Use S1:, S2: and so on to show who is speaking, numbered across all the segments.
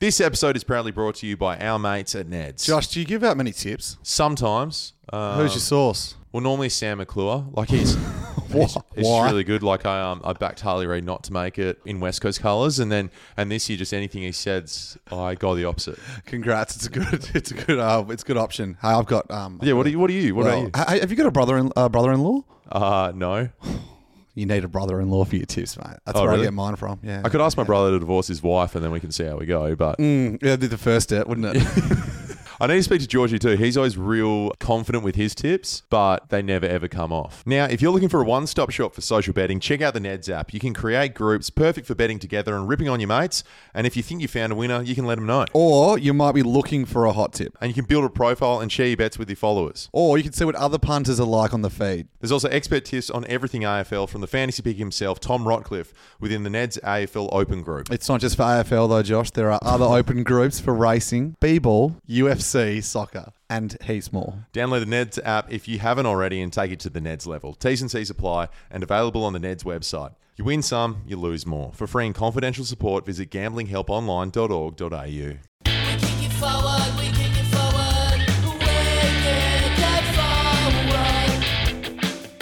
S1: This episode is proudly brought to you by our mates at Ned's.
S2: Josh, do you give out many tips?
S1: Sometimes. Uh,
S2: Who's your source?
S1: Well, normally Sam McClure, like he's he's, he's
S2: Why?
S1: really good. Like I um I backed Harley Reid not to make it in West Coast colours, and then and this year just anything he says, I go the opposite.
S2: Congrats, it's a good, it's a good, uh, it's a good option. Hey, I've got. Um,
S1: Yeah, what are you? What are you? What
S2: well,
S1: about
S2: ha- have you got a brother in uh, brother-in-law?
S1: you? Uh no,
S2: You need a brother-in-law for your tips, mate. That's
S1: Oh,
S2: where
S1: really?
S2: I get mine from. Yeah,
S1: I could ask my brother to divorce his wife, and then we can see how we go. But
S2: Mm, that'd be the first step, wouldn't it?
S1: I need to speak to Georgie too. He's always real confident with his tips, but they never ever come off. Now, if you're looking for a one stop shop for social betting, check out the Neds app. You can create groups perfect for betting together and ripping on your mates. And if you think you found a winner, you can let them know.
S2: or you might be looking for a hot tip.
S1: And you can build a profile and share your bets with your followers.
S2: Or you can see what other punters are like on the feed.
S1: There's also expert tips on everything AFL from the fantasy pick himself, Tom Rotcliffe, within the Neds AFL Open Group.
S2: It's not just for AFL though, Josh. There are other open groups for racing, b-ball, UFC, soccer, and heaps more.
S1: Download the Neds app if you haven't already and take it to the Neds level. T's and C's apply and available on the Neds website. You win some, you lose more. For free and confidential support, visit gamblinghelponline.org.au.
S3: We kick it forward, we kick it forward, we're dead forward.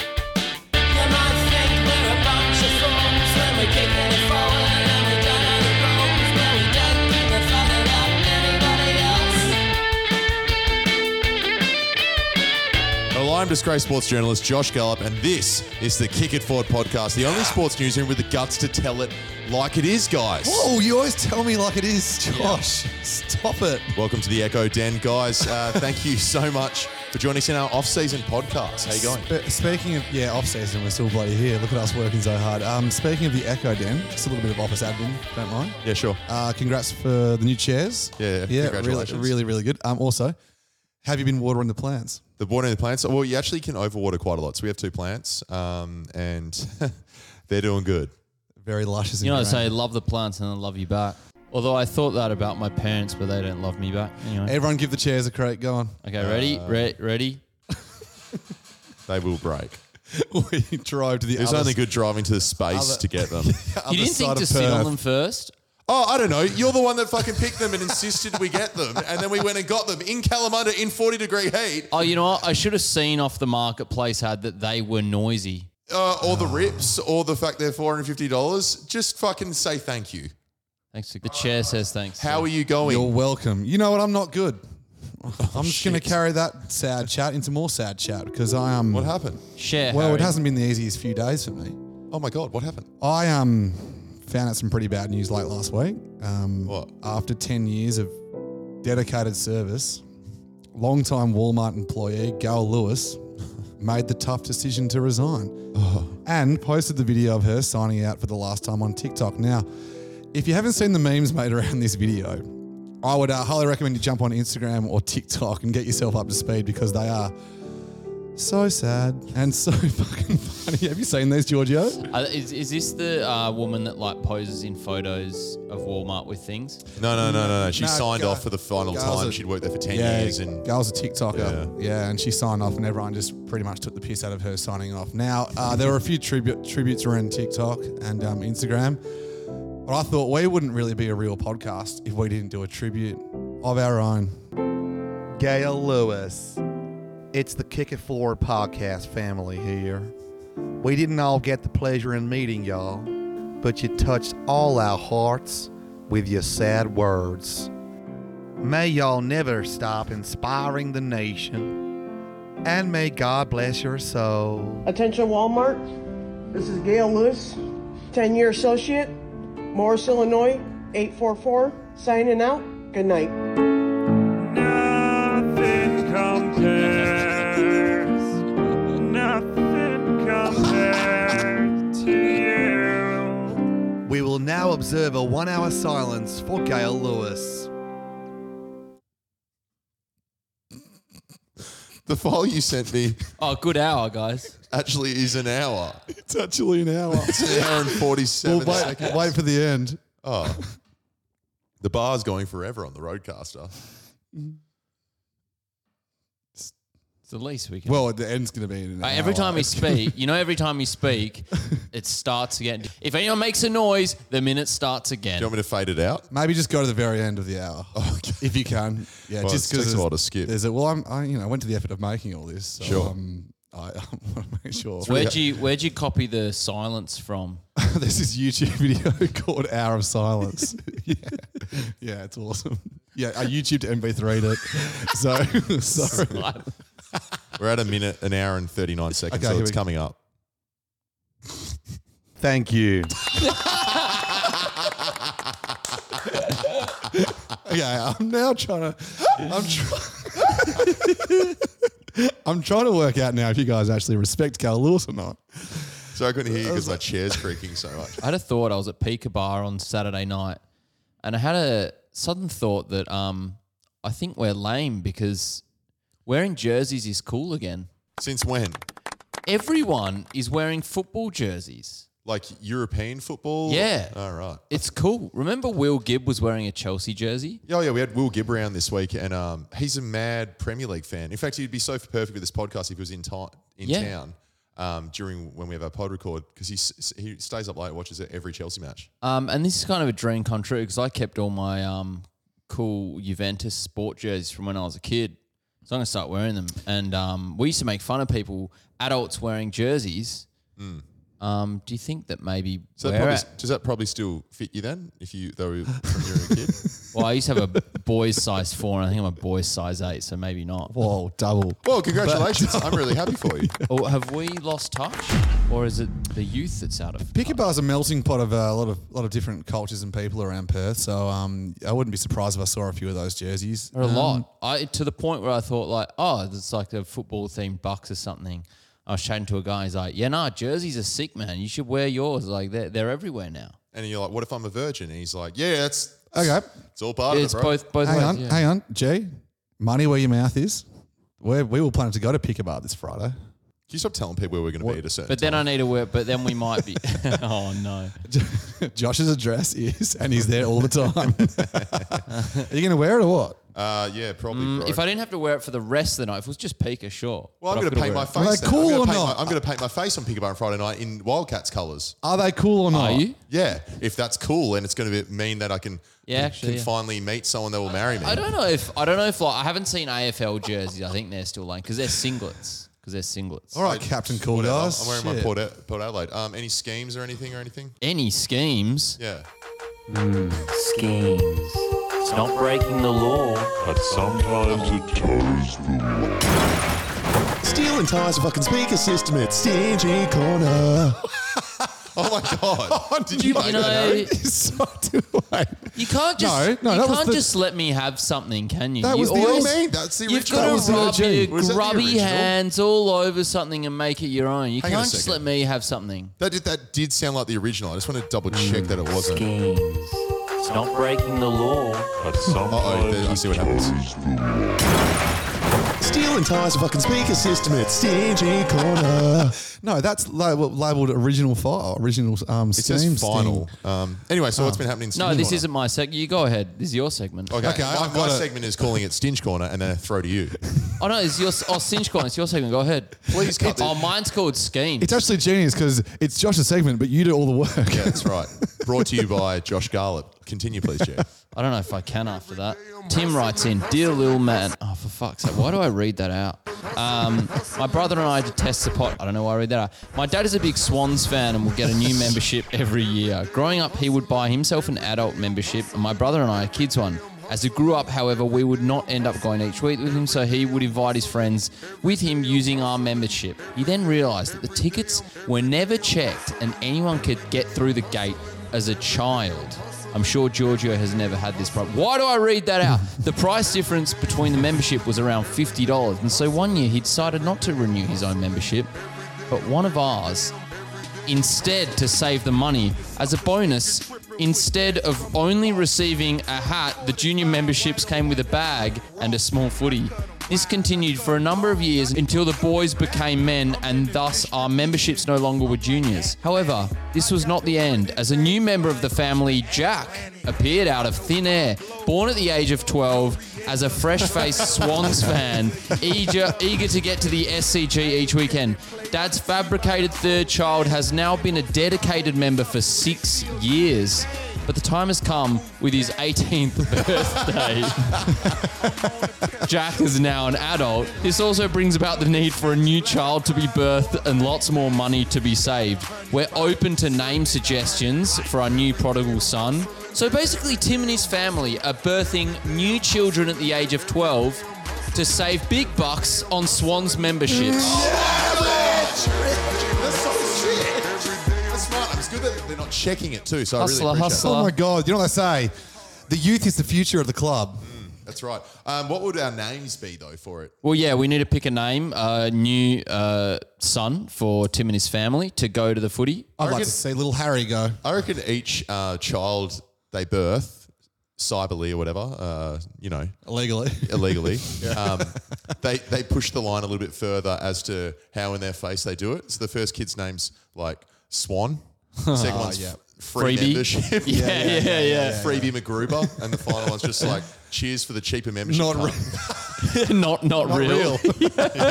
S3: You might think we're a bunch of fools when we're kicking it forward and we don't know the rules, but we don't think we're fucking up anybody else.
S1: Hello, I'm disgraced sports journalist Josh Gallup, and this is the Kick It Forward podcast, the only sports newsroom with the guts to tell it like it is, guys.
S2: Oh, you always tell me like it is, Josh. Stop it.
S1: Welcome to the Echo Den, guys. Uh, thank you so much for joining us in our off-season podcast. How you going?
S2: Spe- speaking of yeah, off season, we're still bloody here. Look at us working so hard. Um, speaking of the Echo Den, just a little bit of office admin, don't mind.
S1: Yeah, sure.
S2: Uh, congrats for the new chairs.
S1: Yeah, yeah,
S2: yeah,
S1: congratulations.
S2: really, really, really good. Um, also, have you been watering the plants?
S1: The watering the plants. Well, you actually can overwater quite a lot. So we have two plants, um, and they're doing good.
S2: Very luscious.
S4: You know, I
S2: and
S4: say love the plants and they love you back. Although I thought that about my parents, but they don't love me back. Anyway.
S2: everyone give the chairs a crate. Go on.
S4: Okay, ready?
S2: Uh,
S4: Re- ready?
S1: They will break.
S2: we drove to the.
S1: It's
S2: other
S1: only good driving to the space
S2: other-
S1: to get them.
S2: other
S4: You didn't
S2: side
S4: think to
S2: of
S4: sit
S2: Perth.
S4: on them first?
S1: oh, I don't know. You're the one that fucking picked them and insisted we get them, and then we went and got them in Calamunda in 40 degree heat.
S4: Oh, you know what? I should have seen off the marketplace had that they were noisy.
S1: Uh, or
S2: Oh.
S1: the rips, or the fact they're 450 dollars. Just fucking say thank you.
S4: Thanks. To, the chair says thanks.
S1: How are you going?
S2: You're welcome. You know what? I'm not good. I'm just going
S1: shit.
S2: to carry that sad chat into more sad chat because I am.
S1: what happened?
S4: Share.
S2: well, it
S4: Harry.
S2: hasn't been the easiest few days for me.
S1: Oh my god, what happened?
S2: I um found out some pretty bad news late last week. Um,
S1: What?
S2: After ten years of dedicated service, longtime Walmart employee Gail Lewis made the tough decision to resign, and posted the video of her signing out for the last time on TikTok. Now, if you haven't seen the memes made around this video, I would uh, highly recommend you jump on Instagram or TikTok and get yourself up to speed because they are. So sad and so fucking funny. Have you seen these, Giorgio?
S4: Uh, is, is this the uh, woman that like poses in photos of Walmart with things?
S1: No, no, no, no, no. She
S2: No,
S1: signed
S2: Ga-
S1: off for the final
S2: Ga's
S1: time.
S2: a-
S1: She'd worked there for 10 years and
S2: Girl's a TikToker. Yeah. and she signed off, and everyone just pretty much took the piss out of her signing off. Now, uh, there were a few tribute, tributes around TikTok and um, Instagram, but I thought we wouldn't really be a real podcast if we didn't do a tribute of our own.
S5: Gail Lewis. It's the Kick It Forward podcast family here. We didn't all get the pleasure in meeting y'all, but you touched all our hearts with your sad words. May y'all never stop inspiring the nation, and may God bless your soul.
S6: Attention Walmart. This is Gail Lewis, 10-year associate, Morris, Illinois, 844, signing out. Good night.
S7: Nothing compares. Nothing compares to you.
S5: We will now observe a one hour silence for Gail Lewis.
S1: The file you sent me
S4: Oh, good hour, guys.
S1: actually is an hour.
S2: It's actually an hour.
S1: It's an hour and 47
S2: we'll wait,
S1: seconds.
S2: wait for the end.
S1: Oh. The bar's going forever on the Roadcaster.
S4: It's the least we can.
S2: Well, the end's going to be in an
S4: Uh, every
S2: hour.
S4: time we
S2: It's gonna
S4: speak, you know, every time we speak, it starts again. If anyone makes a noise, the minute starts again.
S1: Do you want me to fade it out?
S2: Maybe just go to the very end of the hour if you can. Yeah,
S1: Oh, Well,
S2: just
S1: it takes
S2: because
S1: a while to skip.
S2: There's a, well, I'm, I you know I went to the effort of making all this. So,
S1: Sure.
S2: Um, I, I want to make sure
S4: Where'd you Where'd you copy the silence from?
S2: there's this YouTube video called "Hour of Silence." yeah. yeah, it's awesome. Yeah, I YouTubed MV3'd it. So sorry.
S1: We're at a minute, an hour and 39 seconds,
S2: Okay,
S1: so
S2: here
S1: it's
S2: we go.
S1: coming up.
S5: Thank you.
S2: Okay, I'm now trying to. I'm trying. I'm trying to work out now if you guys actually respect Cal Lewis or not.
S1: So I couldn't hear you because my chair's creaking so much.
S4: I had a thought. I was at Pika Bar on Saturday night, and I had a sudden thought that um, I think we're lame because wearing jerseys is cool again.
S1: Since when?
S4: Everyone is wearing football jerseys.
S1: Like European football?
S4: Yeah.
S1: All right.
S4: It's cool. Remember, Will Gibb was wearing a Chelsea jersey.
S1: Oh yeah, we had Will Gibb around this week, and um, he's a mad Premier League fan. In fact, he'd be so perfect with this podcast if he was in time in
S4: Yeah.
S1: town um, during when we have our pod record because he s- he stays up late, and watches every Chelsea match.
S4: Um, and this is kind of a dream come true because I kept all my um, cool Juventus sport jerseys from when I was a kid. So I'm going to start wearing them. And um, we used to make fun of people, adults wearing jerseys. Um, do you think that maybe.
S1: Mm. So that
S4: we're
S1: probably,
S4: at-
S1: does that probably still fit you then? If you though you were a kid,
S4: well, I used to have a boy's size four, and I think I'm a boy's size eight, so maybe not.
S2: Whoa, double.
S1: well, congratulations! I'm really happy for you.
S4: Or have we lost touch? Or is it the youth that's out of.
S2: Picker Bar's a melting pot of uh, a lot of lot of different cultures and people around Perth. So um, I wouldn't be surprised if I saw a few of those jerseys.
S1: Um,
S2: Um,
S4: There are a lot. I to the point where I thought like, oh, it's like a football themed bucks or something. I was chatting to a guy. He's like, yeah, nah, jerseys are sick, man. You should wear yours. Like they're they're everywhere now.
S1: And you're like, what if I'm a virgin? And he's like, yeah, that's
S2: Okay.
S1: It's all part
S4: Uh, It's
S1: of it, bro.
S4: both both
S2: Hang
S4: ways.
S2: on,
S4: yeah.
S2: hang on, Jay. Money where your mouth is. We're, we were planning to go to Picker Bar this Friday.
S1: Can you stop telling people where we're going to be at a certain
S4: But then I need to wear. But then we might be. oh no.
S2: Josh's address is, and he's there all the time. Are you going to wear it or what?
S1: Uh, yeah, probably. bro.
S4: Mm, If I didn't have to wear it for the rest of the night, if it was just Pika, sure.
S1: well, I'm
S4: But
S1: going
S4: I've
S1: to
S4: gotta
S1: paint my
S4: wear it.
S1: face.
S2: Like,
S1: then.
S2: cool
S1: I'm gonna
S2: or
S1: paint
S2: not?
S1: My, I'm going to paint my face on Pick Bar on Friday night in Wildcats colours.
S2: Are they cool or not?
S4: Are you?
S1: Yeah, if that's cool, then it's going to be, mean that I can,
S4: Yeah,
S1: can-
S4: actually,
S1: can
S4: yeah.
S1: finally meet someone that will marry me.
S4: I don't know if I don't know if like I haven't seen AFL jerseys. I think they're still lame because they're singlets. Because they're singlets.
S2: All right, Captain Cool
S1: Whatever.
S2: Guys.
S1: I'm wearing my
S2: Shit.
S1: Port, Ad- Port Adelaide. Um, any schemes or anything or anything?
S4: Any schemes?
S1: Yeah.
S8: schemes. It's not breaking the law.
S9: but sometimes it toes the
S1: Steel and tires, fucking speaker system at Stingy Corner. oh my god! Did you, make
S4: You
S1: that? Harry?
S4: know,
S2: so do I.
S4: You can't just
S2: No, no,
S4: you
S2: that was
S4: can't
S2: the-
S4: just let me have something, can you?
S2: That
S4: You
S2: was the
S1: What
S4: always-
S1: do you mean? That's the original.
S4: You've got to
S2: the
S4: rub
S2: OG.
S4: your
S1: Was that the
S4: grubby
S1: original?
S4: hands all over something and make it your own. You
S1: Hang on a
S4: can't just
S1: second.
S4: let me have something.
S1: That did, that did sound like the original. I just want to double check that it
S4: Mm.
S1: wasn't.
S8: Schemes. It's not breaking the law.
S9: but sometimes
S1: there- I see what
S9: it
S1: happens.
S9: toes the
S1: Steel and tires, fucking speaker system at Stingy Corner.
S2: No, that's label, labeled original file, original um,
S1: it says
S2: Steam
S1: final.
S2: Steam.
S1: Um, anyway, so what's been happening? In
S4: No,
S1: Stingy
S4: this
S1: Corner?
S4: isn't my seg. You go ahead. This is your segment.
S1: Okay,
S2: Okay,
S1: my,
S2: I've
S1: my
S2: got a-
S1: segment is calling it Stinge Corner, and then I throw to you.
S4: Oh no, it's your oh cinch corner. It's your segment. Go ahead.
S1: Please cut
S4: Oh,
S1: this.
S4: mine's called scheme.
S2: It's actually genius because it's Josh's segment, but you do all the work.
S1: Yeah, that's right. Brought to you by Josh Garlop. Continue, please, Jay.
S4: I don't know if I can after that. Tim writes in, Dear Lil Man. Oh, for fuck's sake, why do I read that out? Um, my brother and I detest the pot. I don't know why I read that out. My dad is a big Swans fan and will get a new membership every year. Growing up, he would buy himself an adult membership, and my brother and I a kids one. As we grew up, however, we would not end up going each week with him, so he would invite his friends with him using our membership. He then realised that the tickets were never checked and anyone could get through the gate as a child. I'm sure Giorgio has never had this problem. Why do I read that out? the price difference between the membership was around $50, and so one year he decided not to renew his own membership, but one of ours instead to save the money as a bonus instead of only receiving a hat the junior memberships came with a bag and a small footy this continued for a number of years until the boys became men and thus our memberships no longer were juniors however this was not the end as a new member of the family jack appeared out of thin air. Born at the age of 12 as a fresh faced Swans fan, eager, eager to get to the SCG each weekend. Dad's fabricated third child has now been a dedicated member for six years. But the time has come with his 18th birthday. Jack is now an adult. This also brings about the need for a new child to be birthed and lots more money to be saved. We're open to name suggestions for our new prodigal son. So basically, Tim and his family are birthing new children at the age of 12 to save big bucks on Swans memberships.
S1: That's so shit. That's smart. It's good that they're not checking it too. So
S4: Hustler,
S1: I really appreciate
S4: hustler.
S2: Oh my God. You know what they say? The youth is the future of the club.
S1: It. That's right. Um, what would our names be though for it?
S4: Well, yeah, we need to pick a name, a new uh, son for Tim and his family to go to the footy.
S2: I'd like
S1: reckon-
S2: to see little Harry go.
S1: I reckon each uh, child they birth cyberly or whatever, uh, you know,
S2: Illegally.
S1: illegally, um, they they push the line a little bit further as to how in their face they do it. So the first kid's name's like Swan, second one's
S2: yeah.
S1: free
S4: Freebie.
S1: membership,
S4: Yeah, yeah, yeah.
S1: freebie McGruber, and the final one's just like cheers for the cheaper membership.
S2: Not
S1: card.
S2: re-
S4: not, not real.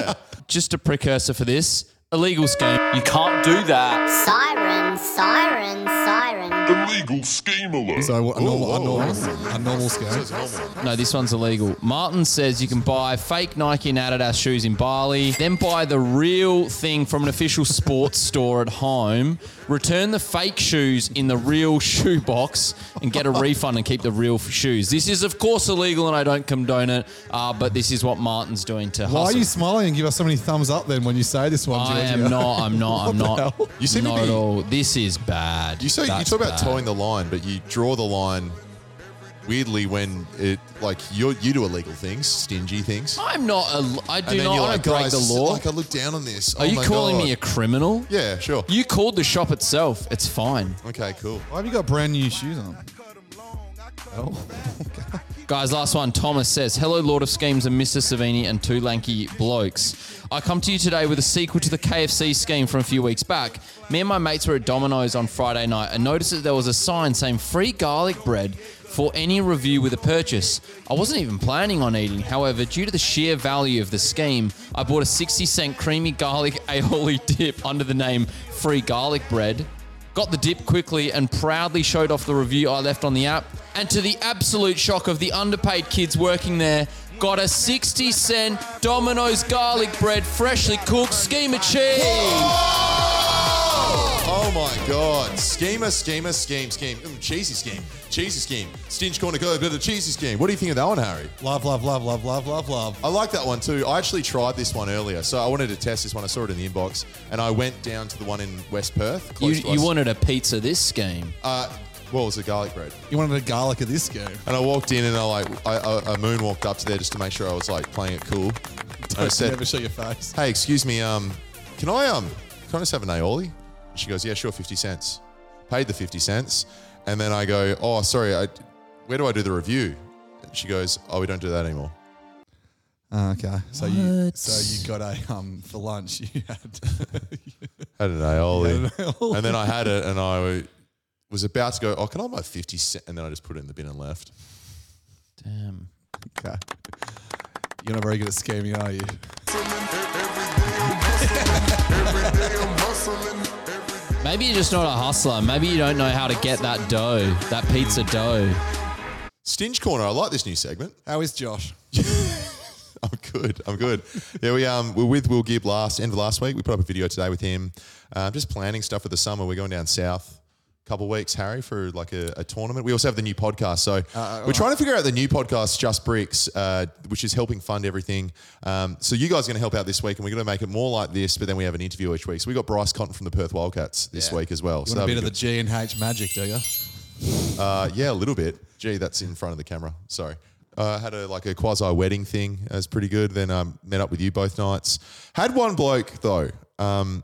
S4: Just a precursor for this illegal scheme.
S8: You can't do that.
S10: Siren, siren, siren.
S9: Illegal scheme alert.
S2: So what, a normal, a
S1: whoa,
S2: normal, a normal
S1: So
S2: scare.
S1: it's normal.
S4: No, this one's illegal. Martin says you can buy fake Nike and Adidas shoes in Bali, then buy the real thing from an official sports store at home, return the fake shoes in the real shoe box, and get a refund and keep the real f- shoes. This is, of course, illegal and I don't condone it, uh, but this is what Martin's doing to
S2: Why are
S4: hustle.
S2: you smiling and give us so many thumbs up then when you say this one,
S4: I
S2: Georgia?
S4: am not, I'm not,
S2: What
S4: I'm
S2: the
S4: not.
S2: hell?
S1: You seem to
S4: not
S1: be-
S4: at all. This is bad.
S1: You say you
S4: That's
S1: talk about
S4: bad.
S1: towing the line, but you draw the line weirdly when it like you you do illegal things, stingy things.
S4: I'm not, a, I do not
S1: you're
S4: want to break
S1: "Guys,
S4: the law.
S1: Like I look down on this. Oh
S4: Are you calling me a criminal?
S1: Yeah, sure.
S4: You called the shop itself. It's fine.
S1: okay, cool.
S2: Why have you got brand new shoes on?
S4: Guys, last one. Thomas says, Hello, Lord of Schemes and Mr. Savini and two lanky blokes. I come to you today with a sequel to the KFC scheme from a few weeks back. Me and my mates were at Domino's on Friday night and noticed that there was a sign saying free garlic bread for any review with a purchase. I wasn't even planning on eating, however, due to the sheer value of the scheme, I bought a 60 cent creamy garlic aioli dip under the name Free Garlic Bread. Got the dip quickly and proudly showed off the review I left on the app. And to the absolute shock of the underpaid kids working there, got a 60 cent Domino's garlic bread, freshly cooked, schema cheese.
S1: Oh my god. Schema, schema, scheme, scheme. Mm, cheesy scheme. Cheesy scheme. Stinge corner go, bit of cheesy scheme. What do you think of that one, Harry?
S2: Love, love, love, love, love, love, love.
S1: I like that one too. I actually tried this one earlier, so I wanted to test this one. I saw it in the inbox, and I went down to the one in West Perth.
S4: You,
S1: Close to
S4: you
S1: us.
S4: wanted a pizza this scheme.
S1: Uh, well, it was a garlic bread.
S2: You wanted a garlic at this game.
S1: And I walked in and I like I, I, I moonwalked up to there just to make sure I was like playing it cool. And I said,
S2: Never show your face.
S1: "Hey, excuse me, um, can I um, can I just have an aioli?" She goes, "Yeah, sure, fifty cents." Paid the fifty cents, and then I go, "Oh, sorry, I, where do I do the review?" And she goes, "Oh, we don't do that anymore."
S2: Oh, okay, so you
S4: What?
S2: so you got a um for lunch you had.
S1: Had an aioli, and then I had it, and I was about to go, "Oh, can I have my fifty cent?" And then I just put it in the bin and left.
S4: Damn.
S2: okay. You're not very good at scheming, are you?
S4: Maybe you're just not a hustler. Maybe you don't know how to get that dough, that pizza dough.
S1: Stinge corner. I like this new segment.
S2: How is Josh?
S1: I'm good. I'm good. Yeah, we um we're with Will Gibb last end of last week. We put up a video today with him. Um, just planning stuff for the summer. We're going down south. a Couple weeks, Harry, for like a, a tournament. We also have the new podcast,
S2: Uh,
S1: so we're trying to figure out the new podcast, Just Bricks, uh, which is helping fund everything. Um, so you guys are going to help out this week, and we're going to make it more like this. But then we have an interview each week. So we got Bryce Cotton from the Perth Wildcats this week as well.
S2: You
S1: so
S2: want a bit
S1: that'll
S2: of the
S1: be
S2: G and H magic, do you?
S1: good. uh, yeah, a little bit. Gee, that's in front of the camera. Sorry. Uh, had a like a quasi wedding thing. That was pretty good. Then um, met up with you both nights. Had one bloke though. Um,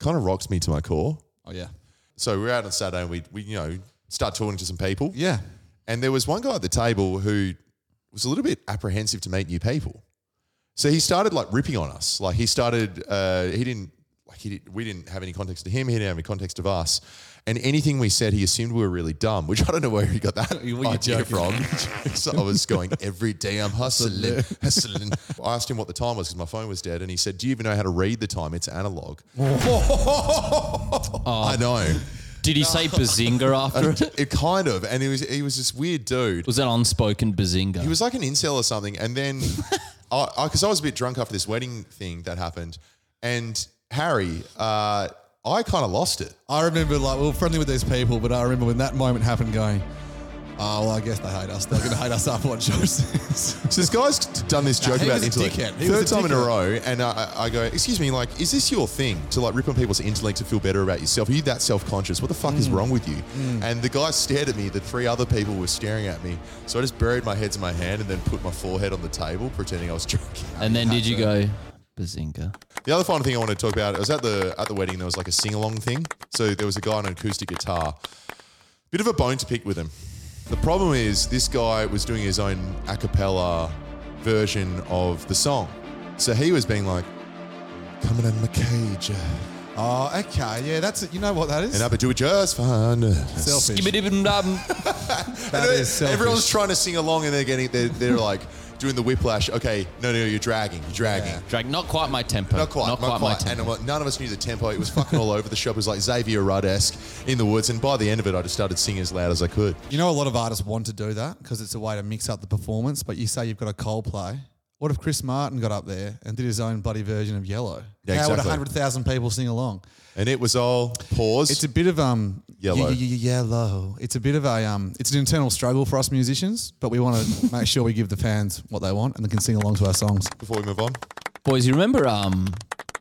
S1: kind of rocks me to my core.
S2: Oh yeah,
S1: So we were out on Saturday and we we you know start talking to some people.
S2: yeah.
S1: And there was one guy at the table who was a little bit apprehensive to meet new people. So he started like ripping on us. Like he started, uh, he didn't, like he did, we didn't have any context to him. He didn't have any context of us. And anything we said, he assumed we were really dumb, which I don't know where he got that
S2: You- you're
S1: idea
S2: joking.
S1: from. so I was going every day I'm hustling, hustling. I asked him what the time was because my phone was dead, and he said, "Do you even know how to read the time? It's analog."
S2: Oh.
S1: I know.
S4: Did he say bazinga after
S1: And
S4: it?
S1: it kind of, and he was he was this weird dude.
S4: Was that unspoken bazinga?
S1: He was like an incel or something. And then, I because I, was a bit drunk after this wedding thing that happened, and Harry, uh, I kind of lost it.
S2: I remember like we were friendly with these people, but I remember when that moment happened, going, "Oh, well, I guess they hate us. They're going to hate us after what Joe says."
S1: So this guy's done this joke
S2: he
S1: about
S2: was a
S1: intellect
S2: dickhead. He
S1: third
S2: was a
S1: time in a
S2: dickhead.
S1: row, and I, I- I go, "Excuse me, like, is this your thing to like rip on people's intellect to feel better about yourself? Are you that self-conscious? What the fuck
S2: Mm.
S1: is wrong with you?" And the guy stared at me. The three other people were staring at me. So I just buried my heads in my hand and then put my forehead on the table, pretending I was drinking.
S4: and then did you go bazinga?
S1: The other final thing I want to talk about was at the at the wedding there was like a sing along thing. So there was a guy on an acoustic guitar. Bit of a bone to pick with him. The problem is this guy was doing his own a cappella version of the song. So he was being like, coming in my cage. uh,
S2: oh, okay, yeah, that's it. You know what that is?
S1: And I'll do it just fine.
S2: selfish.
S4: Skibbidi-bidi-bum.
S2: That
S1: And
S2: is selfish.
S1: Everyone's trying to sing along and they're getting they're, they're like doing the whiplash. Okay, no, no, you're dragging, you're dragging.
S4: Drag, not quite my tempo.
S1: Not quite, not quite.
S4: my tempo.
S1: and I'm like, none of us knew the tempo. It was fucking all over the shop. It was like Xavier Rudd esque in the woods. And by the end of it, I just started singing as loud as I could.
S2: You know, a lot of artists want to do that because it's a way to mix up the performance. But you say you've got a Coldplay. What if Chris Martin got up there and did his own bloody version of Yellow?
S1: Yeah,
S2: How would
S1: exactly.
S2: hundred thousand people sing along?
S1: And it was all pause.
S2: It's a bit of um
S1: Yellow.
S2: y- y- y- yellow. It's a bit of a um. It's an internal struggle for us musicians, but we want to make sure we give the fans what they want and they can sing along to our songs.
S1: Before we move on,
S4: Boys, you remember um,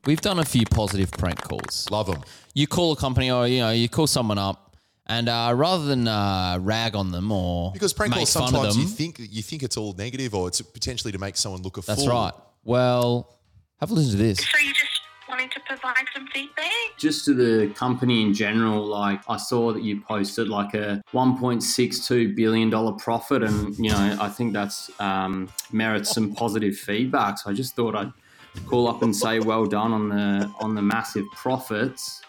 S4: we've done a few positive prank calls.
S1: love them.
S4: you call a company or you know you call someone up and uh, rather than uh, rag on them or
S1: Because prank
S4: make
S1: calls
S4: fun of
S1: sometimes
S4: them,
S1: you think you think it's all negative or it's potentially to make someone look a
S4: that's
S1: fool.
S4: right. Well, have a listen to this.
S11: So you just wanting to provide some feedback?
S8: Just to the company in general, like I saw that you posted like a 1.62 billion dollar profit, and you know I think that's um, merits some positive feedback. So I just thought I'd call up and say well done on the on the massive profits.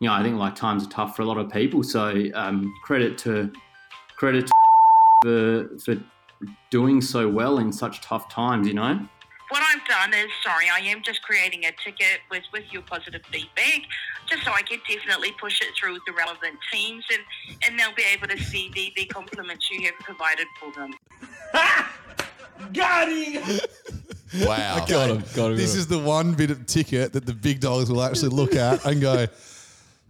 S8: You know I think like times are tough for a lot of people, so um, credit to credit to for for doing so well in such tough times. You know.
S11: What I've done is, sorry, I am just creating a ticket with, with your positive feedback, just so I can definitely push it through the relevant teams and, and they'll be able to see the, the compliments you have provided for them.
S7: Got him!
S1: Wow.
S4: Got him, got him,
S2: This is the one bit of ticket that the big dogs will actually look at and go,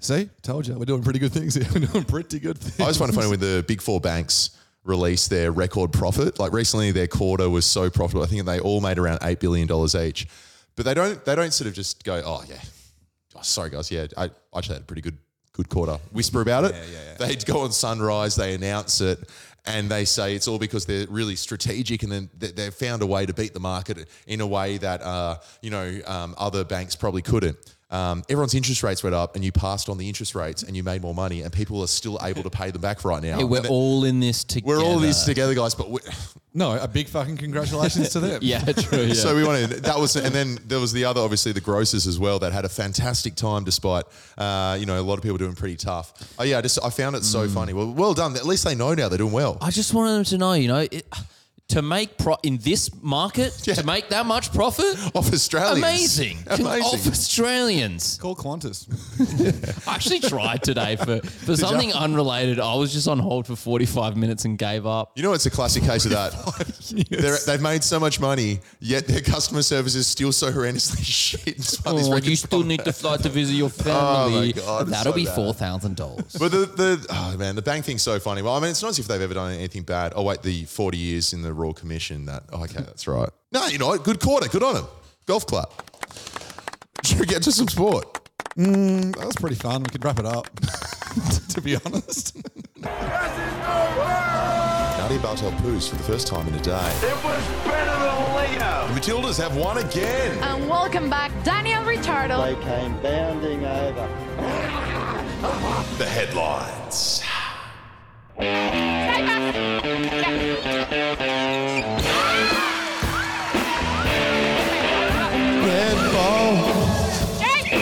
S2: "See, told you, we're doing pretty good things here. We're doing pretty good things."
S1: I just find it funny when the big four banks release their record profit. Like recently, their quarter was so profitable. I think they all made around eight billion dollars each. But they don't. They don't sort of just go, "Oh yeah, oh, sorry guys, yeah, I I actually had a pretty good good quarter." Whisper about it. They go on Sunrise. They announce it. And they say it's all because they're really strategic, and then they- they've found a way to beat the market in a way that uh, you know um, other banks probably couldn't. Um, everyone's interest rates went up, and you passed on the interest rates, and you made more money, and people are still able to pay them back right now.
S4: Hey, we're
S1: And it-
S4: all in this together.
S1: we're all this together, guys. But we,
S2: No, a big fucking congratulations to them.
S4: Yeah, true. Yeah.
S1: so we wanted that was, and then there was the other, obviously the grocers as well that had a fantastic time despite, uh, you know, a lot of people doing pretty tough. Oh yeah, I just I found it so funny. Well, well done. At least they know now they're doing well.
S4: Mm. I just wanted them to know, you know, it, to make pro in this market
S1: Yeah.
S4: to make that much profit.
S1: Off Australians,
S4: Amazing.
S1: amazing.
S4: Off Australians.
S2: Call Qantas.
S4: I actually tried today for, for something unrelated. I was just on hold for 45 minutes and gave up.
S1: You know, it's a classic case of that. They're They've made so much money, yet their customer service is still so horrendously shit. despite these
S4: Oh,
S1: record
S4: you still
S1: profits.
S4: need to fly to visit your
S1: Oh, my
S4: family.
S1: God, it's
S4: That'll
S1: so
S4: be
S1: bad.
S4: four thousand dollars.
S1: But the, the oh man, the bank thing's so funny. Well, I mean, it's not as if they've ever done anything bad. Oh wait, the forty years in the Royal Commission. That oh, okay, that's right. No, you know what? Good quarter. Good on them. Golf clap. Should we get to some sport?
S2: That was pretty fun. We could wrap it up. to be honest,
S1: Nadia Bartel poos for the first time in a day.
S7: It was better than Leo!
S1: The Matildas have won again.
S3: And welcome back, Daniel Ritardo.
S5: came bounding over.
S1: The headlines.
S2: Red Bull.
S3: Jake!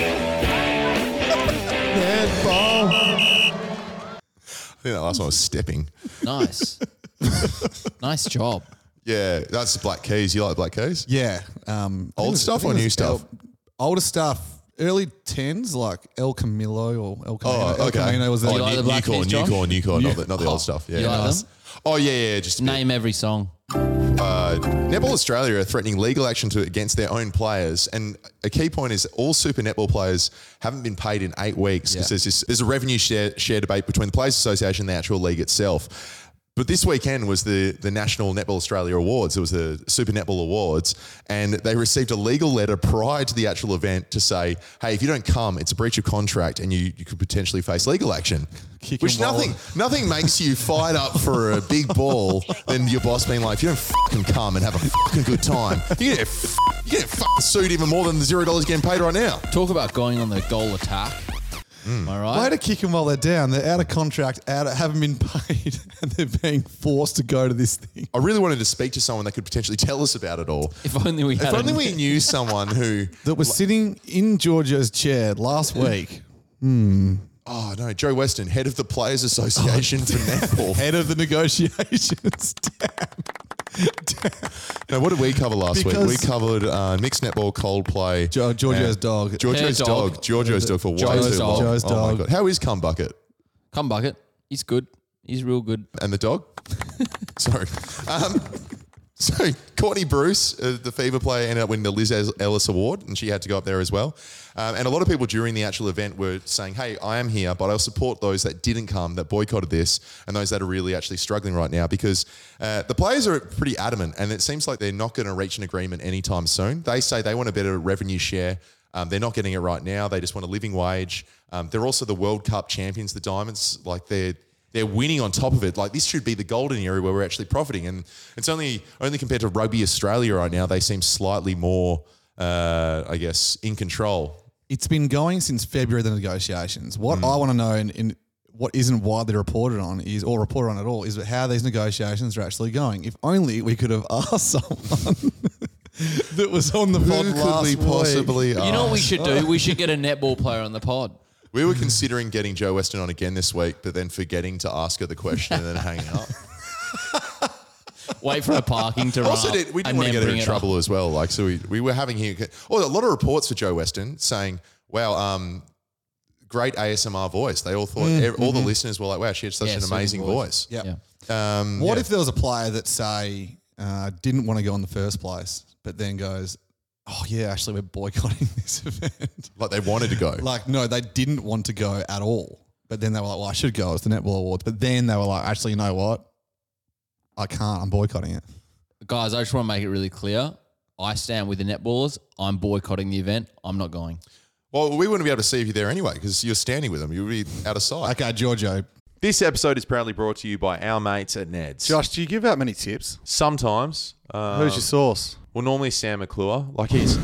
S1: think that last one was stepping.
S4: Nice. nice job.
S1: Yeah, that's the Black Keys. You like Black Keys?
S2: Yeah. Um, I think it
S1: Old
S2: was- I
S1: stuff
S2: think
S1: or
S2: it was
S1: new stuff?
S2: El- older stuff. Early tens, like El Camilo or El Camino.
S1: Oh,
S2: El
S1: okay.
S2: Camino was the
S1: oh, new, new core, new core, new core, not the, not the old stuff. Yeah,
S4: you like
S1: nice.
S4: them?
S1: Oh yeah, yeah. Just
S4: name every song.
S1: Uh, Netball Australia are threatening legal action to against their own players, and a key point is all Super Netball players haven't been paid in eight weeks because
S4: Yeah.
S1: there's this, there's a revenue share, share debate between the Players Association and the actual league itself. But this weekend was the the National Netball Australia Awards. It was the Super Netball Awards, and they received a legal letter prior to the actual event to say, "Hey, if you don't come, it's a breach of contract, and you, you could potentially face legal action." Which nothing nothing makes you fired up for a big ball than your boss being like, if you don't fucking come and have a fucking good time, you get f- you get fucking sued even more than the zero dollars getting paid right now.
S4: Talk about going on the goal attack.
S1: Hmm.
S4: Am I right?
S2: Way to kick them while they're down. They're out of contract, out of, haven't been paid, and they're being forced to go to this thing.
S1: I really wanted to speak to someone that could potentially tell us about it all.
S4: If only we
S1: If
S4: had
S1: only
S4: a-
S1: we knew someone who
S2: That was sitting in Giorgio's chair last week.
S1: Hmm. Oh no, Joe Weston, head of the Players Association for netball.
S2: Head of the negotiations.
S1: No, what did we cover last
S2: Because-
S1: week? We covered uh, mixed netball, Coldplay,
S2: Jo- Giorgio's dog.
S1: Giorgio's
S2: Her
S1: dog,
S2: dog.
S1: Giorgio's dog for way
S2: Joe's
S1: too
S2: dog.
S1: long.
S2: Joe's
S1: oh my
S2: dog.
S1: god, how is Cumbucket?
S4: Come bucket. He's good. He's real good.
S1: And the dog? Sorry. Um, so Courtney Bruce, uh, the Fever player, ended up winning the Liz Es- Ellis Award, and she had to go up there as well. Um, and a lot of people during the actual event were saying, "Hey, I am here, but I'll support those that didn't come, that boycotted this, and those that are really actually struggling right now." Because uh, the players are pretty adamant, and it seems like they're not going to reach an agreement anytime soon. They say they want a better revenue share. Um, they're not getting it right now. They just want a living wage. Um, they're also the World Cup champions, the Diamonds. Like they're they're winning on top of it. Like this should be the golden area where we're actually profiting, and it's only only compared to Rugby Australia right now. They seem slightly more, uh, I guess, in control.
S2: It's been going since February, the negotiations. What
S1: Hmm.
S2: I want to know and, and what isn't widely reported on is, or reported on at all, is how these negotiations are actually going. If only we could have asked someone that was on the pod
S1: Who could
S2: last
S1: we
S2: week.
S1: possibly
S4: You know what we
S1: ask?
S4: should do? We should get a netball player on the pod.
S1: We were considering getting Joe Weston on again this week, but then forgetting to ask her the question and then hanging up.
S4: Wait for a parking to run.
S1: also,
S4: up
S1: did, we didn't
S4: and
S1: want to
S4: then
S1: get her
S4: bring
S1: in
S4: it up.
S1: trouble as well. Like, so we, we were having here. Oh, a lot of reports for Joe Weston saying, "Wow, um, great ASMR voice." They all thought
S2: Mm,
S1: ev- all the
S2: mhm.
S1: listeners were like, "Wow, she had such
S2: Yeah,
S1: an
S2: soothing
S1: amazing voice."
S2: voice. Yeah.
S1: Um,
S2: What
S1: yeah.
S2: if there was a player that say uh, didn't want to go in the first place, but then goes, "Oh yeah, actually we're boycotting this event."
S1: Like they wanted to go.
S2: like no, they didn't want to go at all. But then they were like, "Well, I should go. It's the netball awards." But then they were like, "Actually, you know what? I can't. I'm boycotting it."
S4: Guys, I just want to make it really clear. I stand with the netballers. I'm boycotting the event. I'm not going.
S1: Well, we wouldn't be able to see you there anyway because you're standing with them. You'll be out of sight.
S2: Okay, Giorgio.
S1: This episode is proudly brought to you by our mates at Ned's.
S12: Josh, do you give out many tips?
S1: Sometimes. Um,
S12: Who's your source?
S1: Well, normally Sam McClure. Like he's.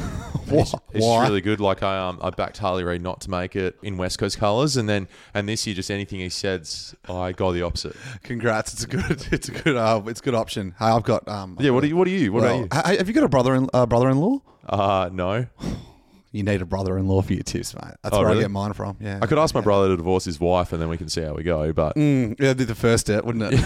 S1: He's, he's
S12: Why?
S1: really good. Like I, um, I backed Harley Reid not to make it in West Coast colours, and then and this year just anything he says, I go the opposite.
S12: Congrats, it's a good, it's a good, uh, it's a good option. Hey, I've got. Um,
S1: Yeah, what are you? What are you? What about you?
S12: you? Have you got a brother in uh, brother-in-law?
S1: Uh, no.
S12: You need a brother-in-law for your tips, mate. That's
S1: Oh,
S12: where
S1: really?
S12: I get mine from. Yeah,
S1: I could ask my brother to divorce his wife, and then we can see how we go. But
S12: Mm, yeah, that'd be the first step, wouldn't it?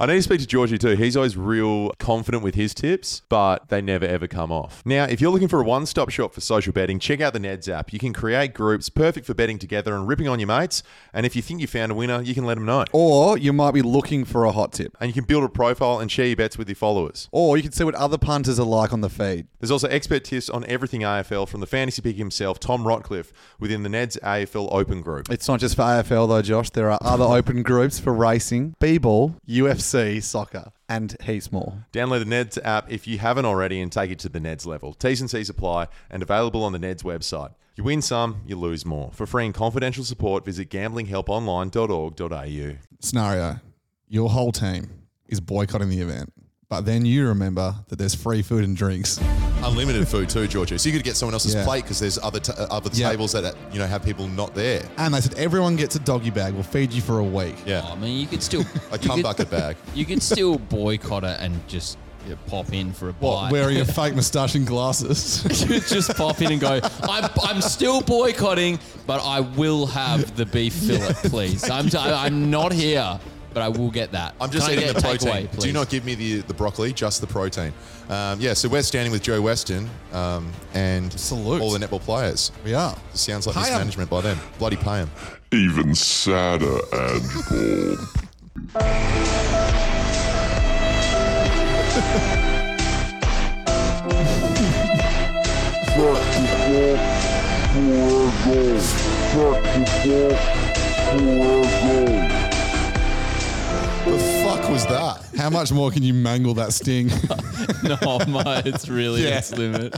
S1: I need to speak to Georgie too. He's always real confident with his tips, but they never ever come off. Now, if you're looking for a one stop shop for social betting, check out the Neds app. You can create groups perfect for betting together and ripping on your mates. And if you think you found a winner, you can let them know.
S12: or you might be looking for a hot tip,
S1: And you can build a profile and share your bets with your followers.
S12: or you can see what other punters are like on the feed.
S1: There's also expert tips on everything AFL from the fantasy pick himself, Tom Rotcliffe, within the Neds AFL Open Group.
S12: It's not just for AFL though, Josh. There are other open groups for racing, b-ball, UFC, soccer, and heaps more.
S1: Download the Neds app if you haven't already and take it to the Neds level. T's and C's apply and available on the Neds website. You win some, you lose more. For free and confidential support, visit gamblinghelponline.org.au.
S2: Scenario: Your whole team is boycotting the event, but then you remember that there's free food and drinks.
S1: Unlimited food too, Georgia. So you could get someone else's
S2: Yeah.
S1: plate because there's other t- uh, other
S2: Yeah.
S1: tables that uh, you know have people not there.
S2: And they said everyone gets a doggy bag. We'll feed you for a week.
S1: Yeah,
S4: I mean, you could still
S1: a
S4: you
S1: cum
S4: could-
S1: bucket bag.
S4: You could still boycott it and just you pop in for a bite.
S2: What, wearing a fake moustache and glasses?
S4: you just pop in and go, I'm, I'm still boycotting, but I will have the beef fillet, please. I'm, t- I'm not here, but I will get that.
S1: I'm just
S4: Can I
S1: eating
S4: get
S1: the
S4: a
S1: protein.
S4: takeaway, please?
S1: Do not give me the, the broccoli, just the protein. Um, yeah, so we're standing with Joe Weston um, and all the netball players.
S2: We are.
S1: Sounds like
S2: Pay 'em.
S1: mismanagement by them. Bloody pay them.
S9: Even sadder and bald.
S2: The fuck was that? How much more can you mangle that sting?
S4: no, mate, it's really
S2: Yeah.
S4: its limit.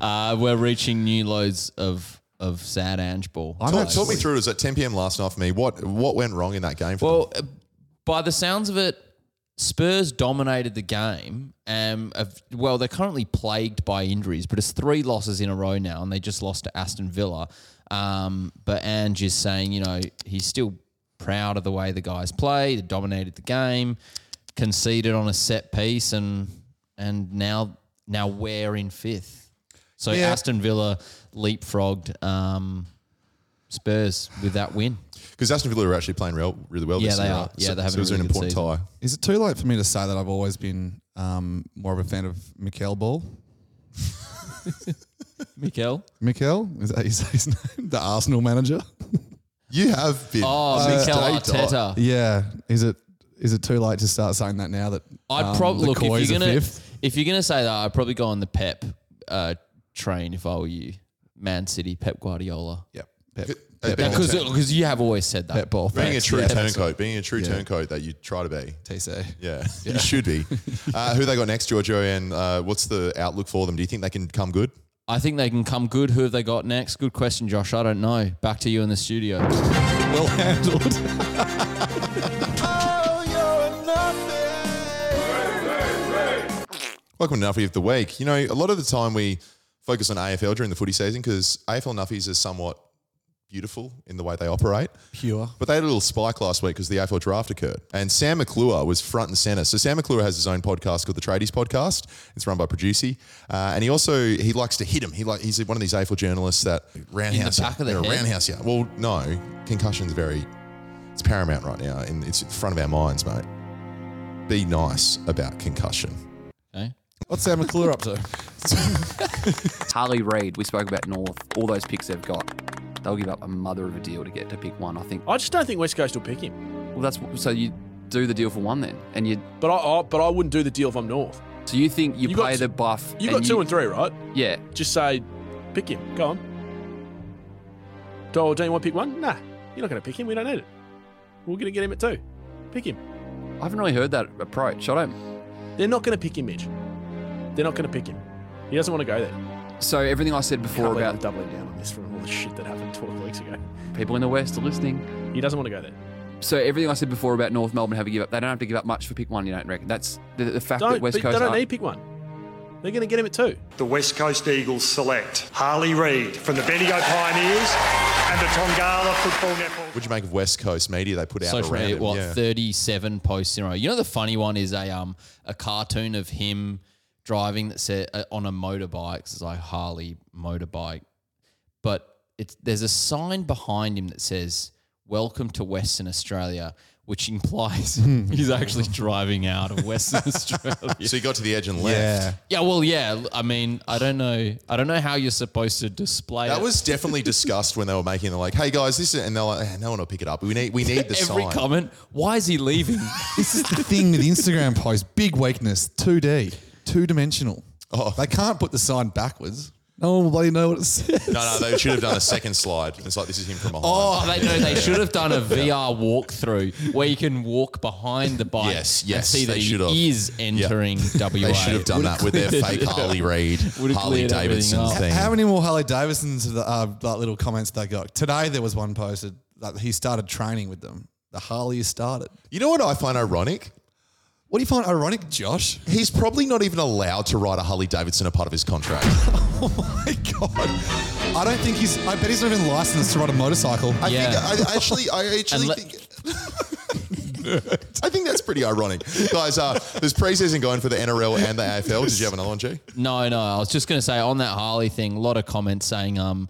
S4: Uh, we're reaching new lows of of sad Ange ball.
S1: Talk, talk me through it. It was at 10 p.m. last night for me. What what went wrong in that game for
S4: well, them? By the sounds of it, Spurs dominated the game. Um, of, well, they're currently plagued by injuries, but it's three losses in a row now, and they just lost to Aston Villa. Um, but Ange is saying, you know, he's still proud of the way the guys played. They dominated the game, conceded on a set piece, and and now now we're in fifth. So
S2: Yeah.
S4: Aston Villa leapfrogged um, Spurs with that win.
S1: Because Aston Villa are actually playing real, really well
S4: Yeah,
S1: this
S4: they
S1: year.
S4: are. Yeah,
S1: so, so
S4: they're having
S1: it was
S4: a
S1: an
S4: really good
S1: important tie.
S4: season.
S2: Is it too late for me to say that I've always been um, more of a fan of Mikel Ball?
S4: Mikel?
S2: Mikel? Is that his, his name? The Arsenal manager?
S1: You have been.
S4: Oh,
S2: Uh,
S4: Mikel Arteta.
S2: Yeah. Is it is it too late to start saying that now that
S4: I'd
S2: um,
S4: probably
S2: the
S4: look
S2: Coy's
S4: if
S2: a
S4: you're gonna
S2: fifth?
S4: if you're gonna say that, I'd probably go on the Pep uh, train if I were you. Man City, Pep Guardiola.
S2: Yep.
S1: Pep
S4: Because
S1: Guardiola.
S4: because you have always said that.
S1: Pep Ball, Being a true
S4: Yeah.
S1: turncoat, being a true turncoat that you try to be.
S2: TC.
S1: Yeah, you should be. Uh, who they got next, Giorgio, and uh, what's the outlook for them? Do you think they can come good?
S4: I think they can come good. Who have they got next? Good question, Josh. I don't know. Back to you in the studio.
S2: well handled.
S1: Welcome to Nuffy of the Week. You know, a lot of the time we focus on AFL during the footy season because AFL Nuffies are somewhat beautiful in the way they operate.
S2: Pure.
S1: But they had a little spike last week because the AFL draft occurred. And Sam McClure was front and centre. So Sam McClure has his own podcast called The Tradies Podcast. It's run by Producy. Uh, and he also, he likes to hit him. He like, he's one of these AFL journalists that roundhouse
S4: back of the
S1: you. They're a
S4: head?
S1: roundhouse you. Well, no. Concussion's very, it's paramount right now. And it's in front of our minds, mate. Be nice about concussion.
S2: What's Sam McClure up to?
S13: Harley Reid, we spoke about North, all those picks they've got. They'll give up a mother of a deal to get to pick one, I think.
S14: I just don't think West Coast will pick him.
S13: Well, that's so you do the deal for one then, and you.
S14: But I, I but I wouldn't do the deal if I'm North.
S13: So you think you,
S14: You got
S13: play
S14: t-
S13: the buff?
S14: You got two and three, right?
S13: Yeah.
S14: Just say, pick him. Go on. Do, oh, do you want to pick one? Nah, you're not going to pick him. We don't need it. We're going to get him at two. Pick him.
S13: I haven't really heard that approach. I don't.
S14: They're not going to pick him, Mitch. They're not going to pick him. He doesn't want to go there.
S13: So everything I said before
S14: Can't believe
S13: about
S14: I'm doubling down on this from all the shit that happened 12 weeks ago.
S13: people in the West are listening.
S14: He doesn't want to go there.
S13: So everything I said before about North Melbourne have to give up. They don't have to give up much for pick one. You don't reckon? That's the, the fact
S14: Don't,
S13: that West
S14: but
S13: Coast.
S14: they don't
S13: aren't-
S14: need pick one. They're going to get him at two.
S15: The West Coast Eagles select Harley Reid from the Bendigo Pioneers and the Tongala Football Netball.
S1: What'd you make of West Coast media they put out
S4: Social
S1: around
S4: media,
S1: him?
S4: what
S1: Yeah.
S4: 37 posts in a row. You know the funny one is a um a cartoon of him driving that said uh, on a motorbike. It's like Harley motorbike, but it's there's a sign behind him that says "Welcome to Western Australia," which implies he's actually driving out of Western Australia.
S1: So he got to the edge and left.
S4: Yeah, well, yeah. I mean, I don't know. I don't know how you're supposed to display
S1: That
S4: it.
S1: was definitely discussed when they were making. They're like, "Hey guys, this," is, and they're like, "Eh, "No one will pick it up. We need, we need the
S4: every
S1: sign."
S4: comment. Why is he leaving?
S2: this is the thing with Instagram posts. Big weakness. 2D. Two dimensional. Oh. They can't put the sign backwards. No one will bloody know what it says.
S1: No, no, they should have done a second slide. It's like this is him from behind.
S4: Oh, they, no, they
S1: Yeah.
S4: should have done a VR walkthrough where you can walk behind the bike
S1: Yes,
S4: and
S1: yes,
S4: see that
S1: they should have.
S4: he is entering WA.
S1: They should have done that with their fake Harley Reid,
S4: Would've
S1: Harley
S4: cleared everything
S1: Davidson
S4: up.
S1: thing.
S2: How many more Harley Davidsons are the, uh, that little comments they got? Today there was one posted that he started training with them. The Harley has started.
S1: You know what I find ironic?
S2: What do you find ironic, Josh?
S1: He's probably not even allowed to ride a Harley Davidson a part of his contract.
S2: I don't think he's. I bet he's not even licensed to ride a motorcycle.
S1: I think I, I actually, I actually
S2: Unle-
S1: think I think that's pretty ironic. Guys, uh, there's preseason going for the NRL and the AFL. Did you have another one, G?
S4: No, no. I was just going to say on that Harley thing, a lot of comments saying um,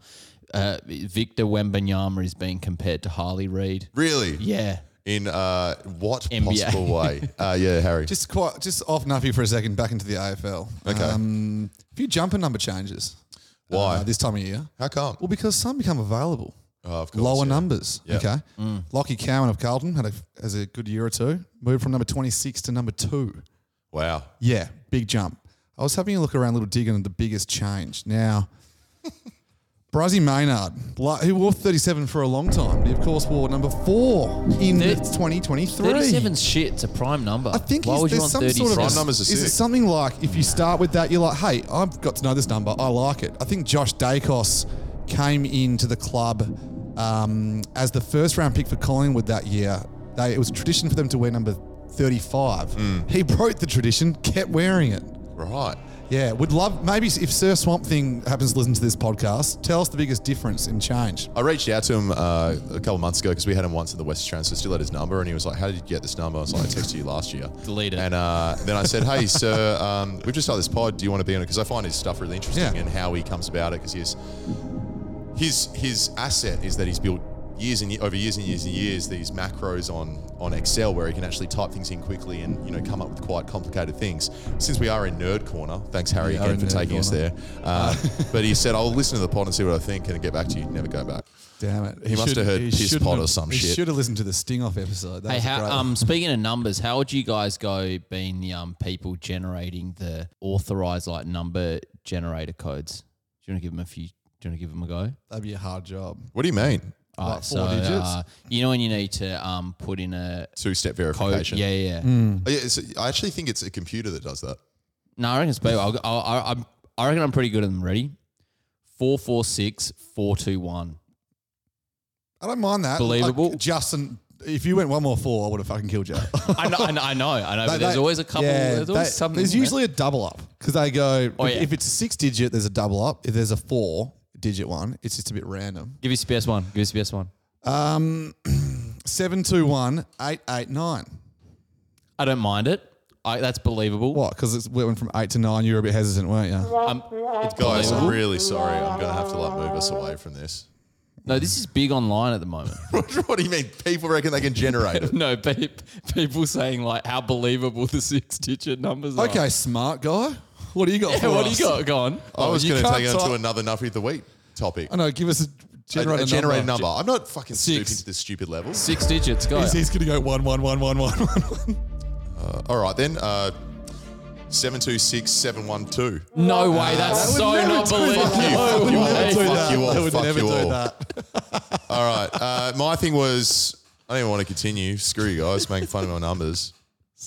S4: uh, Victor Wembanyama is being compared to Harley Reid.
S1: Really?
S4: Yeah.
S1: In uh, what
S4: NBA.
S1: possible way? Uh, yeah, Harry.
S2: Just quite, just off Nuffy for a second, back into the AFL.
S1: Okay.
S2: Um, a few jumper number changes. uh,
S1: Why?
S2: this time of year.
S1: How come?
S2: Well, because some become available.
S1: Oh, of course,
S2: Lower
S1: yeah.
S2: numbers.
S1: Yeah.
S2: Okay.
S1: Mm.
S2: Lockie Cowan of Carlton had a, has a good year or two. Moved from number 26 to number two.
S1: Wow.
S2: Yeah, big jump. I was having a look around Little Digging and the biggest change. Now, Brazzy Maynard, like, who wore 37 for a long time, he of course wore number four in 2023.
S4: 37's shit. It's a prime number. I
S2: think
S4: Why
S2: is
S4: would you
S2: there
S4: want
S2: some sort
S4: 37?
S2: of is it something like if you start with that, you're like, hey, I've got to know this number. I like it. I think Josh Dacos came into the club um, as the first round pick for Collingwood that year. They, it was a tradition for them to wear number 35.
S1: Hmm.
S2: He broke the tradition, kept wearing it.
S1: Right.
S2: Yeah, would love maybe if Sir Swamp Thing happens to listen to this podcast, tell us the biggest difference in change.
S1: I reached out to him uh, a couple of months ago because we had him once at the West Australian, so I still had his number, and he was like, "How did you get this number?" I was like, "I texted you last year." Delete it. And uh, then I said, "Hey, sir, um, we've just started this pod. Do you want to be on it?" Because I find his stuff really interesting and how he comes about it. Because he's his his asset is that he's built years and ye- over years and years and years these macros on on Excel where he can actually type things in quickly and you know come up with quite complicated things. Since we are in Nerd Corner, thanks Harry
S2: We are
S1: again
S2: in
S1: for
S2: Nerd
S1: taking us
S2: Corner.
S1: there. Uh, but he said, "I'll listen to the pod and see what I think and get back to you." Never go back.
S2: Damn it.
S1: He must have heard
S2: he
S1: piss
S2: shouldn't
S1: pot
S2: have-
S1: or some
S2: he
S1: shit.
S2: should have listened to the Sting Off episode. That
S4: Hey,
S2: was
S4: how,
S2: great.
S4: um, speaking of numbers, how would you guys go being the um, people generating the authorized like number generator codes? Do you want to give them a few? Do you want to give them a go?
S2: That'd be a hard job.
S1: What do you mean?
S4: Alright, so, uh, you know when you need to um, put in a
S1: two-step
S4: Code?
S1: verification.
S4: Yeah, yeah.
S2: Hmm.
S1: Oh, yeah, it's- I actually think it's a computer that does that.
S4: No, I reckon it's better. I'll, I'll, I'll, I'm- I reckon I'm pretty good at them. Ready? Four four six four two one.
S2: I don't mind that.
S4: Believable.
S2: Like, Justin, if you went one more four, I would have fucking killed you.
S4: I know, I know, I know. I know but there's always a couple. there's always something.
S2: There's
S4: man.
S2: usually a double up because they go,
S4: Oh,
S2: if,
S4: yeah.
S2: if it's six digit, there's a double up. If there's a four digit one, it's just a bit random.
S4: Give us your best one. Give us your best one.
S2: Um, 721 889.
S4: I don't mind it. I, that's believable.
S2: What? Because it went from eight to nine. You were a bit hesitant, weren't you?
S4: it's
S1: Guys, I'm
S4: believable.
S1: really sorry. I'm going to have to like move us away from this.
S4: No, this is big online at the moment.
S1: what do you mean? People reckon they can generate it.
S4: no, pe- people saying like how believable the six-digit numbers are.
S2: Okay, smart guy. What do you got
S4: Yeah,
S2: for
S4: what do
S2: us?
S4: you got? Go on.
S1: I was going to take it
S2: on
S1: on to another Nuffy of the Week topic.
S2: I know, give us a
S1: a,
S2: generator
S1: a
S2: number.
S1: generated number. I'm not fucking stooping
S2: Six.
S1: to this stupid level.
S4: Six digits,
S2: He's, he's going to go one, one, one, one, one, one.
S1: Uh, all right then. Uh, seven two six seven one two.
S4: No way. That's so not believable.
S1: Fuck you,
S4: No
S1: all.
S4: way.
S1: Fuck you
S2: I
S1: all.
S2: would
S1: Fuck
S2: never
S1: you
S2: do
S1: all.
S2: that.
S1: All right. Uh, my thing was I didn't want to continue. Screw you guys making fun of my numbers.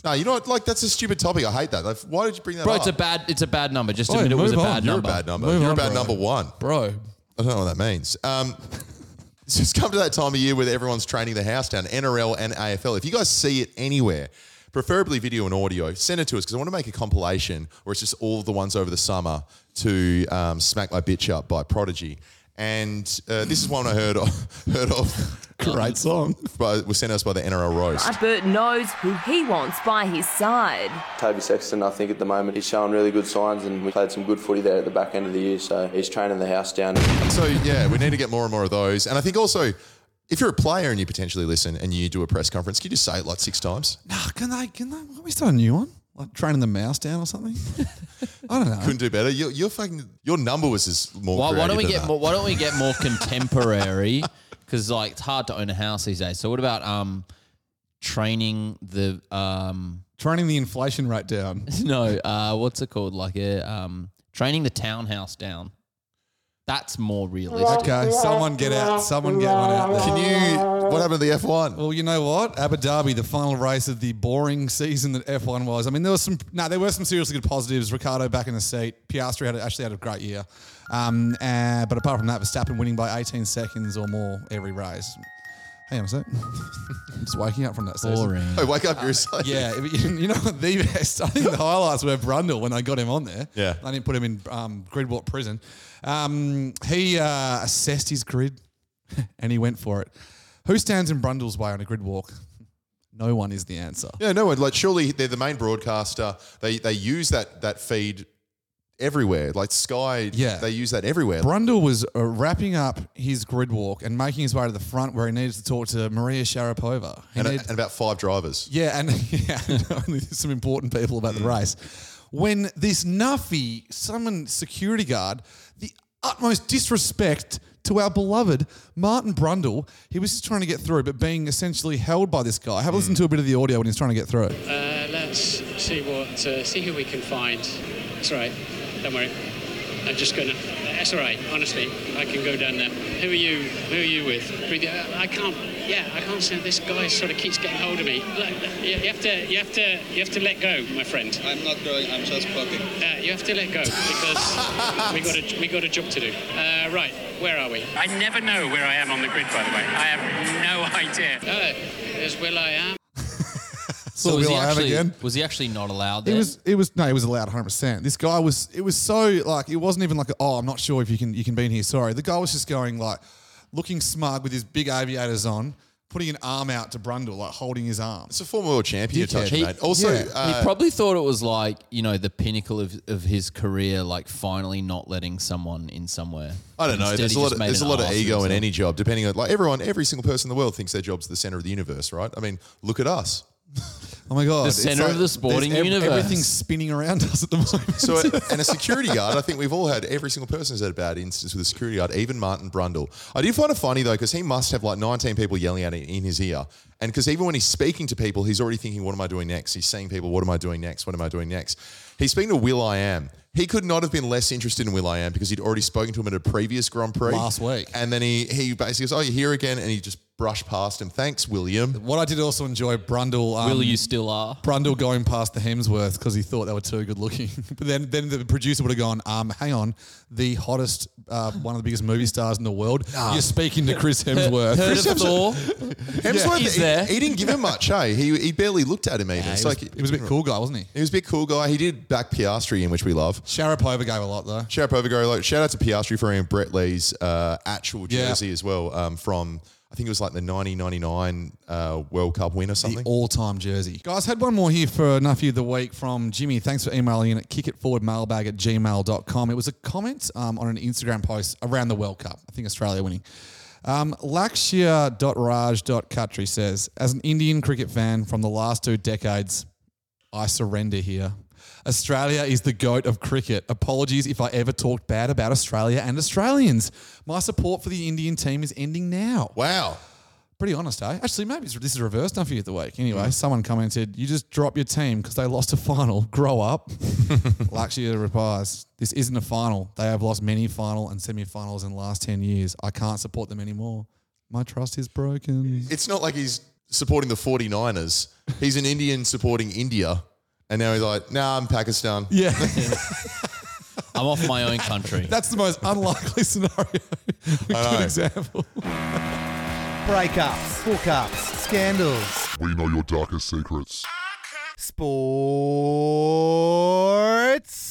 S1: No, you know what? Like that's a stupid topic. I hate that. Like, why did you bring that
S4: Bro,
S1: up?
S4: it's a bad. It's a bad number. Just
S1: Oi,
S4: admit it was a
S1: move
S4: bad
S1: on. You're
S4: number.
S1: a bad number. You're a bad number one,
S2: bro.
S1: I don't know what that means. Um, so it's come to that time of year where everyone's training the house down. NRL and AFL. If you guys see it anywhere, preferably video and audio, send it to us because I want to make a compilation where it's just all the ones over the summer to um, smack my bitch up by Prodigy. And uh, this is one I heard of, heard of.
S2: Great song.
S1: By, was sent us by the NRL roast.
S16: Bert knows who he wants by his side.
S17: Toby Sexton, I think at the moment he's showing really good signs, and we played some good footy there at the back end of the year. So he's training the house down.
S1: So yeah, we need to get more and more of those. And I think also, if you're a player and you potentially listen and you do a press conference, can you just say it like six times?
S2: Ah, can they? Can they? Can we start a new one? Like training the mouse down or something? I don't know.
S1: Couldn't do better. Your, your fucking your number was just more.
S4: Why, why don't we
S1: creative
S4: get
S1: than
S4: more? Why don't we get more contemporary? Because like it's hard to own a house these days. So what about um training the um
S2: Training the inflation rate down.
S4: no uh what's it called like a um training the townhouse down? That's more realistic.
S2: Okay, someone get out. Someone get one out. There.
S1: Can you? What happened to the F1?
S2: Well, you know what? Abu Dhabi, the final race of the boring season that F1 was. I mean, there was some. No, there were some seriously good positives. Ricardo back in the seat. Piastri had actually had a great year. Um, uh, but apart from that, Verstappen winning by 18 seconds or more every race. Hang on a sec. I'm just waking up from that. season.
S4: Boring.
S1: that. Hey, Oh, wake up! You're excited.
S2: Yeah, you know what the best. I think the highlights were Brundle when I got him on there.
S1: Yeah.
S2: I didn't put him in um, Gridwalk prison. Um, he uh, assessed his grid, and he went for it. Who stands in Brundle's way on a grid walk? No one is the answer.
S1: Yeah, no one. Like, surely they're the main broadcaster. They they use that that feed everywhere. Like Sky,
S2: Yeah.
S1: they use that everywhere.
S2: Brundle was uh, wrapping up his grid walk and making his way to the front where he needed to talk to Maria Sharapova. He
S1: and, uh,
S2: needed-
S1: and about five drivers.
S2: Yeah, and yeah, and some important people about the
S1: Mm.
S2: race. When this Nuffy summoned security guard, the utmost disrespect to our beloved Martin Brundle, he was just trying to get through, but being essentially held by this guy. Have a listen
S1: Mm.
S2: to a bit of the audio when he's trying to get through.
S18: Uh, let's see what uh, see who we can find. It's all right. Don't worry. I'm just gonna. That's all right. Honestly, I can go down there. Who are you? Who are you with? Breathe- uh, I can't. Yeah, I can't stand this guy. Sort of keeps getting hold of me. Like, you you have to. You have to. You have to let go, my friend. I'm not going. I'm just fucking. Uh, you have to let go because we got a we got a job to do. Uh, right. Where are we? I never know where I am on the grid. By the way, I have no idea. Oh, there's Will I am.
S2: So
S4: was
S2: Will
S4: he
S2: I Am
S4: actually,
S2: again?
S4: Was he actually not allowed
S2: It
S4: there?
S2: was it was no, it was allowed 100. percent This guy was it was so like it wasn't even like oh I'm not sure if you can you can be in here. Sorry, the guy was just going like looking smug with his big aviators on, putting an arm out to Brundle like holding his arm.
S1: It's a former world champion you're touching, mate. Also,
S2: yeah.
S1: uh,
S4: he probably thought it was like you know the pinnacle of, of his career, like finally not letting someone in somewhere.
S1: I don't know.
S4: Instead,
S1: There's
S4: he
S1: a lot
S4: just
S1: of
S4: made
S1: there's a
S4: an
S1: lot of
S4: arse
S1: ego in
S4: himself.
S1: any job, depending on like everyone, every single person in the world thinks their job's the center of the universe, right? I mean, look at us.
S2: Oh my god!
S1: The
S2: it's
S1: centre of the
S2: there's
S1: sporting universe.
S2: Everything's spinning around us at the moment.
S1: So, and a security guard, I think we've all had, every single person has had a bad instance with a security guard, even Martin Brundle. I do find it funny though, because he must have like 19 people yelling at him in his ear. And because even when he's speaking to people, he's already thinking, what am I doing next? He's seeing people, what am I doing next? What am I doing next? He's speaking to Will I Am. He could not have been less interested in Will I Am because he'd already spoken to him at a previous Grand Prix
S2: Last week.
S1: And then he, he basically goes, oh, you're here again. And he just brushed past him. Thanks, William.
S2: What I did also enjoy Brundle. Um,
S1: Will you
S4: still are?
S2: Brundle going past the Hemsworth because he thought they were too good looking. but then, then the producer would have gone, um, "Hang on, the hottest, uh, one of the biggest movie stars in the world.
S1: Nah.
S2: You're speaking to Chris Hemsworth.
S1: Heard
S2: Chris
S1: of Thor?
S2: Yeah.
S1: Hemsworth,
S2: He's
S1: he,
S2: there.
S1: he didn't give him much, hey? He, he barely looked at him even.
S2: Nah,
S1: it's
S2: he was-
S1: like,
S2: he was a bit cool guy, wasn't he?
S1: He was a bit cool guy. He did back Piastri in, which we love.
S2: Sharapova gave a lot, though.
S1: Sharapova gave a lot. Shout out to Piastri for wearing Brett Lee's uh, actual
S2: Yeah.
S1: jersey as well um, from, I think it was like the 1999 uh, World Cup win or something.
S2: all-time jersey. Guys, had one more here for Nuffy of the Week from Jimmy. Thanks for emailing in at kickitforwardmailbag at gmail.com. It was a comment um, on an Instagram post around the World Cup. I think Australia winning. Um, Lakshya.raj.khatri says, as an Indian cricket fan from the last two decades, I surrender here. Australia is the goat of cricket. Apologies if I ever talked bad about Australia and Australians. My support for the Indian team is ending now.
S1: Wow.
S2: Pretty honest, eh? Actually, maybe it's, this is reverse now for you the week. Anyway, someone commented, "You just drop your team because they lost a final. Grow up." Lakshya replies, "This isn't a final. They have lost many final and semi-finals in the last ten years. I can't support them anymore. My trust is broken."
S1: It's not like he's supporting the 49ers. He's an Indian supporting India. And now he's like, nah, I'm Pakistan.
S2: Yeah.
S4: I'm off my own country.
S2: That's the most unlikely scenario. Good example.
S5: Breakups, hookups, scandals.
S9: We know your darkest secrets.
S5: Sports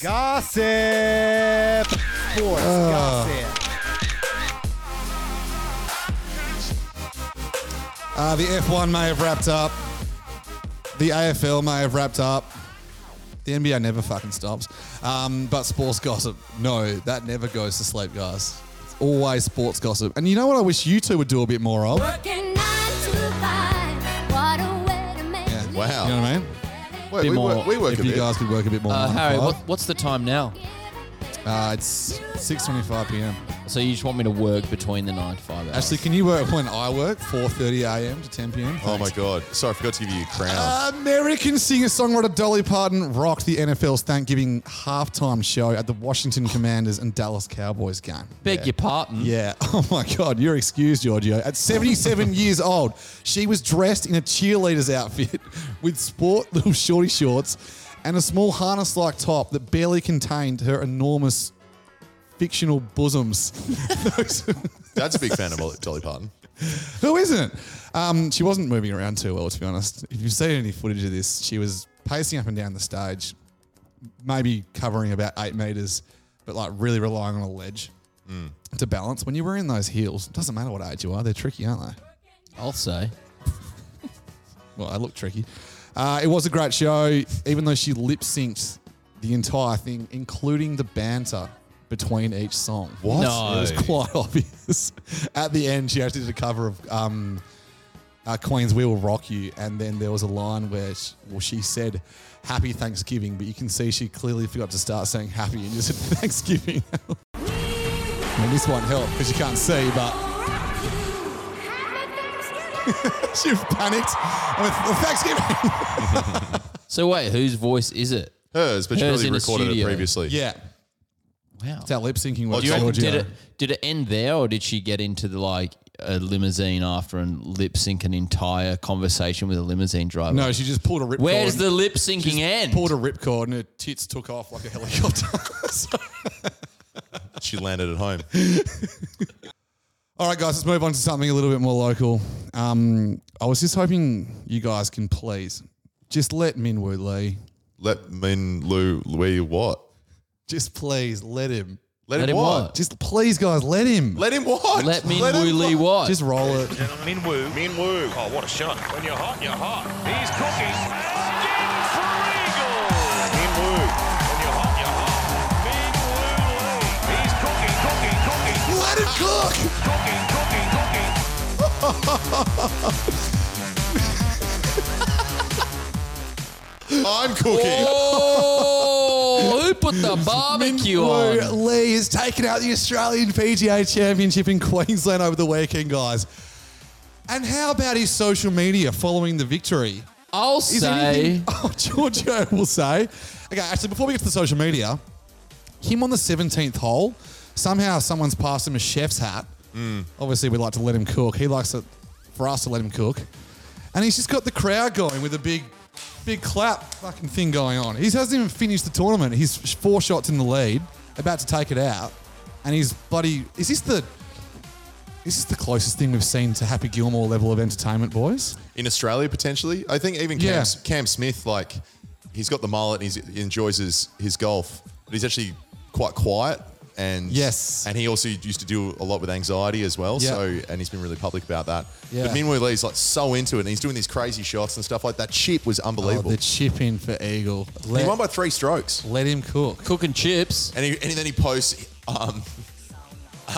S5: gossip. Sports
S2: Ah.
S5: gossip.
S2: Uh, the F1 may have wrapped up. The AFL may have wrapped up. The NBA never fucking stops. Um, but sports gossip, no, that never goes to sleep, guys. It's always sports gossip. And you know what I wish you two would do a bit more of?
S10: Working nine to five. What a way to make
S2: Yeah.
S1: Wow.
S2: You know what I mean?
S1: Wait, Bit we more- work- we work
S2: if
S1: a
S2: you
S1: bit.
S2: guys could work a bit more.
S4: Uh,
S2: nine to
S4: Harry,
S2: five.
S4: what, what's the time now?
S2: Uh, it's 6.25 p.m.
S4: So you just want me to work between the 9 to 5 hours?
S2: Ashley, can you work when I work? 4.30 a.m. to 10 p.m.?
S1: Oh my God. Sorry, I forgot to give you your crown.
S2: American singer songwriter Dolly Parton rocked the NFL's Thanksgiving halftime show at the Washington Commanders and Dallas Cowboys game.
S4: Beg your pardon.
S2: Yeah. Oh my God. You're excused, Giorgio. At 77 years old, she was dressed in a cheerleader's outfit with sport little shorty shorts and a small harness like top that barely contained her enormous fictional bosoms.
S1: Dad's a big fan of Dolly Parton.
S2: Who isn't? Um, she wasn't moving around too well, to be honest. If you've seen any footage of this, she was pacing up and down the stage, maybe covering about eight meters, but like really relying on a ledge to balance. When you're wearing those heels, it doesn't matter what age you are, they're tricky, aren't they?
S4: I'll say.
S2: Well, I look tricky. Uh, it was a great show, even though she lip synced the entire thing, including the banter between each song.
S1: What?
S2: It was
S1: No.
S2: quite obvious. At the end, she actually did a cover of um, uh, Queen's We Will Rock You, and then there was a line where she, well, she said, Happy Thanksgiving, but you can see she clearly forgot to start saying happy and just said Thanksgiving. and this won't help because you can't see, but. She's panicked. I went, "Well, Thanksgiving.
S4: So wait, whose voice is it?
S1: Hers, but she
S4: Hers
S1: probably
S4: in a
S1: recorded it
S4: studio.
S1: previously.
S2: Yeah.
S4: Wow. It's
S2: how lip syncing
S4: Do
S2: works.
S4: you reckon-
S2: Georgia.
S4: did it did it end there, or did she get into the like a limousine after and lip sync an entire conversation with a limousine driver?
S2: No, she just pulled a ripcord.
S4: Where's the lip
S2: She
S4: syncing
S2: just
S4: end?
S2: Pulled a ripcord and her tits took off like a helicopter. So-
S1: She landed at home.
S2: All right, guys, let's move on to something a little bit more local. Um, I was just hoping you guys can please just let Minwoo Lee,
S1: Let Min Lu Lee what?
S2: just please let him.
S1: Let Let him him what? what?
S2: Just please, guys, let him.
S1: Let him what?
S2: Let
S1: Min Woo
S2: him
S1: Lee what?
S2: Just roll it.
S15: Min Woo. Min Woo. Oh, what a shot. When you're hot, you're hot. He's cooking. Again for Eagle. Min Woo. When you're hot, you're hot. Min Woo Lee. He's cooking, cooking, cooking.
S2: Let him cook.
S15: Cooking, cooking, cooking.
S1: I'm cooking.
S4: Oh, who put the barbecue on?
S2: Minwoo Lee has taken out the Australian PGA Championship in Queensland over the weekend, guys. And how about his social media following the victory?
S4: I'll
S2: Is
S4: say
S2: anything- oh, Giorgio will say. Okay, actually, before we get to the social media, him on the 17th hole, somehow someone's passed him a chef's hat. Obviously, we like to let him cook. He likes it for us to let him cook. And he's just got the crowd going with a big, big clap fucking thing going on. He hasn't even finished the tournament. He's four shots in the lead, about to take it out. And he's bloody. Is this the. Is this the closest thing we've seen to Happy Gilmore level of entertainment, boys?
S1: in Australia potentially. I think even Cam,
S2: Yeah.
S1: Cam Smith, like he's got the mullet and he's, he enjoys his, his golf, but he's actually quite quiet. And yes, and he also used to deal a lot with anxiety as well.
S2: Yeah.
S1: So and he's been really public about that.
S2: Yeah.
S1: But Minwoo Lee's like so into it, and he's doing these crazy shots and stuff like that. Chip was unbelievable.
S2: Oh, the chip in for Eagle. Let-
S1: he won by three strokes.
S2: Let him cook.
S4: Cooking chips.
S1: And, he, and then he posts, um,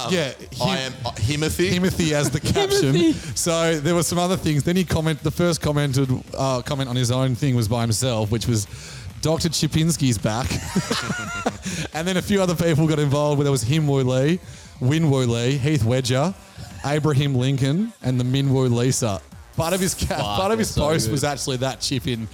S1: um,
S2: Yeah,
S1: I am uh, Himothy.
S2: Timothy as the caption. so there were some other things. Then he commented. The first commented uh, comment on his own thing was by himself, which was Dr. Chipinski's back. and then a few other people got involved. Where there was Him Woo Lee, Win Woo Lee, Heath Wedger, Abraham Lincoln, and the Min Woo Lisa. Part of his ca-
S1: Fuck,
S2: part of his
S1: that's so
S2: post
S1: good.
S2: was actually that chip in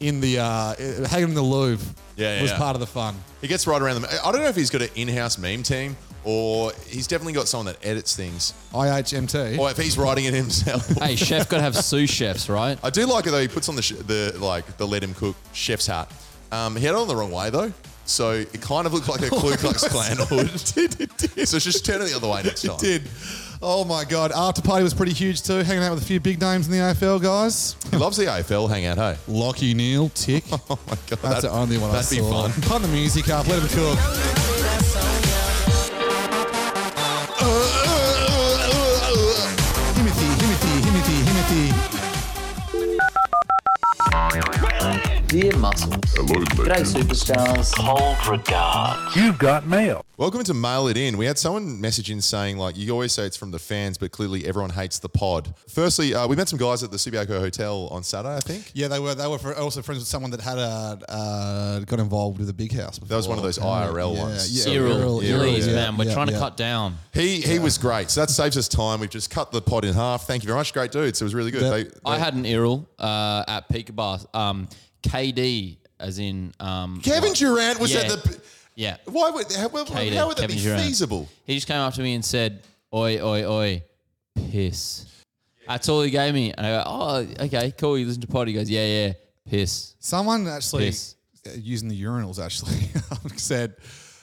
S2: in the uh, hanging in the Louvre.
S1: Yeah, yeah,
S2: was
S1: yeah.
S2: part of the fun.
S1: He gets right around them. I- I don't know if he's got an in-house meme team or he's definitely got someone that edits things.
S2: IHMT.
S1: Or if he's writing it himself.
S4: hey, chef got to have sous chefs, right?
S1: I do like it though. He puts on the sh- the like the let him cook chef's hat. Um, he had it on the wrong way though, so it kind of looked like a Ku Klux Klan hood. So just turn Oh, it the other way next time.
S2: It did. Oh my God. After party was pretty huge too, hanging out with a few big names in the AFL, guys.
S1: He loves the AFL hangout. Hey,
S2: Lockie Neal, tick.
S1: oh my god,
S2: That's the only one I
S1: That'd be
S2: saw.
S1: fun.
S2: Pun the music up, let him cook. Himothy, Himothy, Himothy, Himothy.
S13: Dear muscles. G'day, superstars. Hold regard.
S1: You've got mail. Welcome to Mail It In. We had someone message in saying, like, you always say it's from the fans, but clearly everyone hates the pod. Firstly, uh, we met some guys at the Subiaco Hotel on Saturday, I think.
S2: Yeah, they were. They were for, also friends with someone that had a uh, got involved with a big house. Before.
S1: That was one of those IRL
S2: yeah,
S1: ones.
S2: Yeah,
S1: So-
S2: Earl, Earl,
S4: please,
S2: yeah,
S4: man. We're
S2: yeah,
S4: trying to
S2: yeah.
S4: cut down.
S1: He he was great. So that saves us time. We've just cut the pod in half. Thank you very much. Great dudes. It was really good. They, they,
S4: I had an Earl uh, at Pika Bar. Um, KD, as in um,
S1: Kevin Durant was
S4: yeah,
S1: at the.
S4: yeah.
S1: Why would how, how-
S4: KD,
S1: how would that
S4: Kevin
S1: be
S4: Durant.
S1: feasible?
S4: He just came up to me and said, "Oi, oi, oi, piss." That's all he gave me, and I go, "Oh, okay, cool. You listen to pod?" He goes, "Yeah, yeah, piss."
S2: Someone actually
S4: Piss.
S2: uh, using the urinals actually said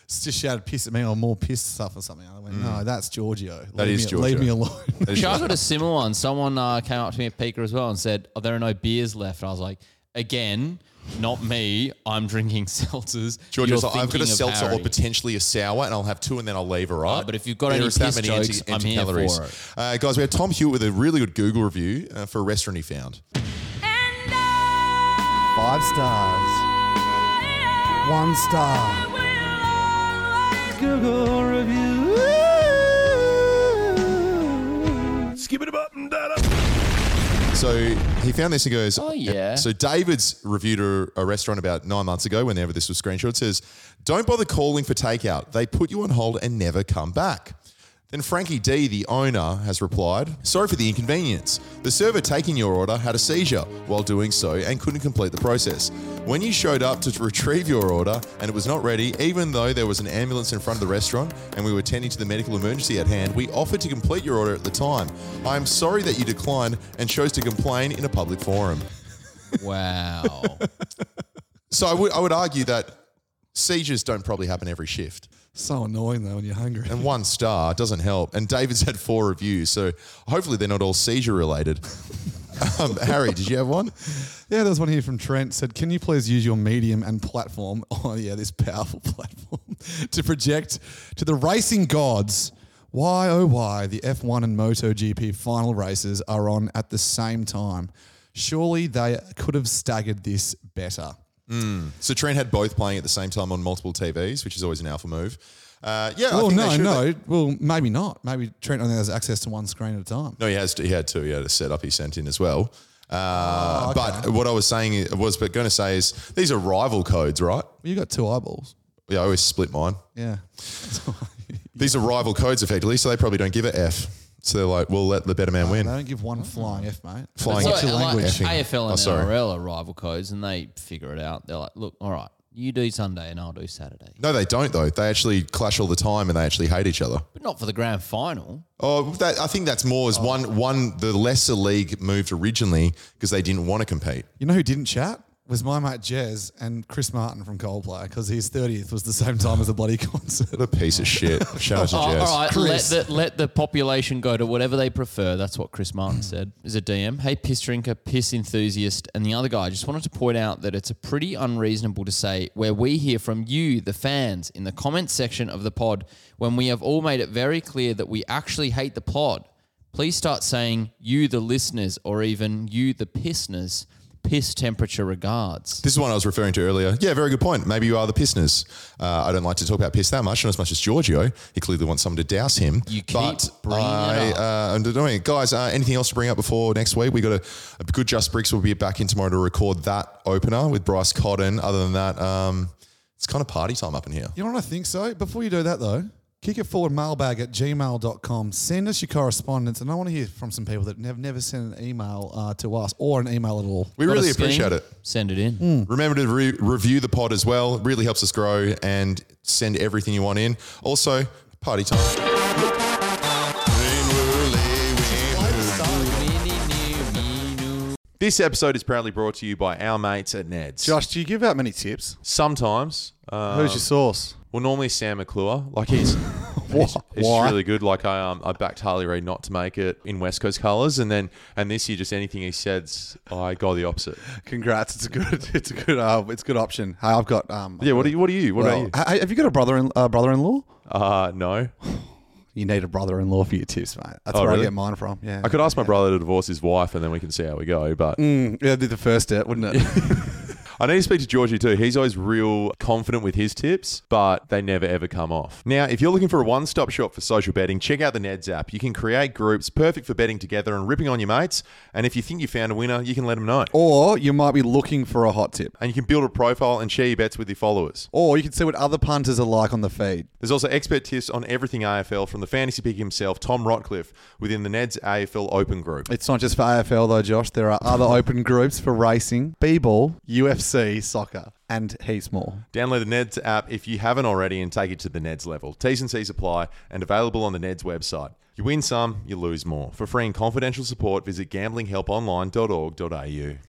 S2: just shouted piss at me or more piss stuff or something. I went,
S4: Mm.
S2: no, that's Giorgio.
S4: That
S2: leave
S4: is
S2: me, Leave
S4: Giorgio.
S2: me alone.
S4: Actually, I got a similar one. Someone uh, came up to me at Pika as well and said, "Oh, there are no beers left." And I was like, "Again, not me. I'm drinking seltzers."
S1: George was
S4: You're
S1: like, I've got
S4: thinking
S1: a
S4: of
S1: seltzer or
S4: Harry."
S1: potentially a sour, and I'll have two and then I'll leave, all right? but if
S4: you've got any piss jokes, I'm here for it.
S1: Uh, guys, we had Tom Hewitt with a really good Google review uh, for a restaurant he found.
S10: And
S12: Five stars. One star.
S2: Google review.
S15: Skip it up and down.
S1: So he found this and goes, Oh, yeah. So David's reviewed a, a restaurant about nine months ago whenever this was screenshot. It says, Don't bother calling for takeout. They put you on hold and never come back. Then Frankie D, the owner, has replied, Sorry for the inconvenience. The server taking your order had a seizure while doing so and couldn't complete the process. When you showed up to retrieve your order and it was not ready, even though there was an ambulance in front of the restaurant and we were tending to the medical emergency at hand, we offered to complete your order at the time. I am sorry that you declined and chose to complain in a public forum.
S4: Wow.
S1: so I would I would argue that seizures don't probably happen every shift.
S2: So annoying though when you're hungry.
S1: And one star doesn't help. And David's had four reviews, so hopefully they're not all seizure related. um, Harry, did you have one?
S2: Yeah, there's one here from Trent said, "Can you please use your medium and platform? Oh yeah, this powerful platform to project to the racing gods." Why oh why the F1 and MotoGP final races are on at the same time? Surely they could have staggered this better.
S1: Mm. So Trent had both playing at the same time on multiple TVs, which is always an alpha move. Uh, yeah, I
S2: well,
S1: think they
S2: Oh, no,
S1: should-
S2: no. Well, maybe not. Maybe Trent only has access to one screen at a time.
S1: No, he has. He had two. He had a setup he sent in as well.
S2: Ah,
S1: Uh, But what I was saying was, but going to say is these are rival codes, right?
S2: Well, you got two eyeballs.
S1: Yeah, I always split mine.
S2: Yeah.
S1: These are rival codes, effectively, so they probably don't give a f. So they're like, we'll let the better man
S2: They
S1: win.
S2: don't give one flying F, mate.
S1: Flying
S4: It's
S1: F.
S4: like- like
S1: Language.
S4: AFL
S1: Oh,
S4: and
S1: sorry.
S4: NRL are rival codes, and they figure it out. They're like, look, all right, you do Sunday, and I'll do Saturday,
S1: No, they don't though. They actually clash all the time, and they actually hate each other.
S4: but not for the grand final.
S1: Oh, that, I think that's more as one one the lesser league moved originally because they didn't want to compete.
S2: You know who didn't chat? Was my mate Jez and Chris Martin from Coldplay because his 30th was the same time as the bloody concert. What
S1: a piece of shit. Shout out to
S4: Oh,
S1: Jazz.
S4: all right,
S2: Chris.
S4: let the let the population go to whatever they prefer. That's what Chris Martin said. Is a DM. Hey, piss drinker, piss enthusiast, and the other guy. I just wanted to point out that it's a pretty unreasonable to say where we hear from you, the fans, in the comments section of the pod, when we have all made it very clear that we actually hate the pod. Please start saying you, the listeners, or even you, the pissners. Piss temperature regards.
S1: This is one I was referring to earlier. Yeah, very good point. Maybe you are the pissners. Uh, I don't like to talk about piss that much, not as much as Giorgio. He clearly wants someone to douse him. You keep but
S4: bringing it
S1: I, uh, I'm doing it. Guys, uh, anything else to bring up before next week? We got a, a good Just Bricks. We'll be back in tomorrow to record that opener with Bryce Cotton. Other than that, um, it's kind of party time up in here.
S2: You know what I think so? Before you do that though, kick it forward mailbag at gmail.com. Send us your correspondence. And I want to hear from some people that have never sent an email uh, to us or an email at all.
S1: We really appreciate it.
S4: Send it in.
S1: Remember to re- review the pod as well. Really helps us grow and send everything you want in. Also, party time. This episode is proudly brought to you by our mates at Ned's. Josh,
S12: do you give out many tips?
S1: Sometimes. Um,
S12: Who's your source?
S1: Well, normally Sam McClure. Like he's, he's, he's
S12: Why?
S1: really good. Like I, um, I backed Harley Reid not to make it in West Coast colours, and then and this year just anything he says, I go the opposite.
S12: Congrats! It's a good, it's a good, uh, it's a good option. Hey, I've got. Um,
S1: Yeah, what are you? What are you? What
S12: well,
S1: about you?
S12: ha- Have you got a brother in uh, brother-in-law?
S1: Uh, no.
S12: You need a brother-in-law for your tips, mate. That's
S1: Oh,
S12: where
S1: really?
S12: I get mine from. Yeah,
S1: I could ask my brother to divorce his wife, and then we can see how we go. But
S12: Mm, yeah, that'd be the first step, wouldn't it?
S1: I need to speak to Georgie too. He's always real confident with his tips, but they never ever come off. Now, if you're looking for a one stop shop for social betting, check out the Neds app. You can create groups perfect for betting together and ripping on your mates. And if you think you found a winner, you can let them know.
S12: or you might be looking for a hot tip,
S1: And you can build a profile and share your bets with your followers.
S12: or you can see what other punters are like on the feed.
S1: There's also expert tips on everything AFL from the fantasy pick himself, Tom Rotcliffe, within the Neds AFL Open Group.
S12: It's not just for AFL though, Josh. There are other open groups for racing, b-ball, UFC, soccer, and heaps more.
S1: Download the Neds app if you haven't already and take it to the Neds level. T's and C's apply and available on the Neds website. You win some, you lose more. For free and confidential support, visit gamblinghelponline.org.au.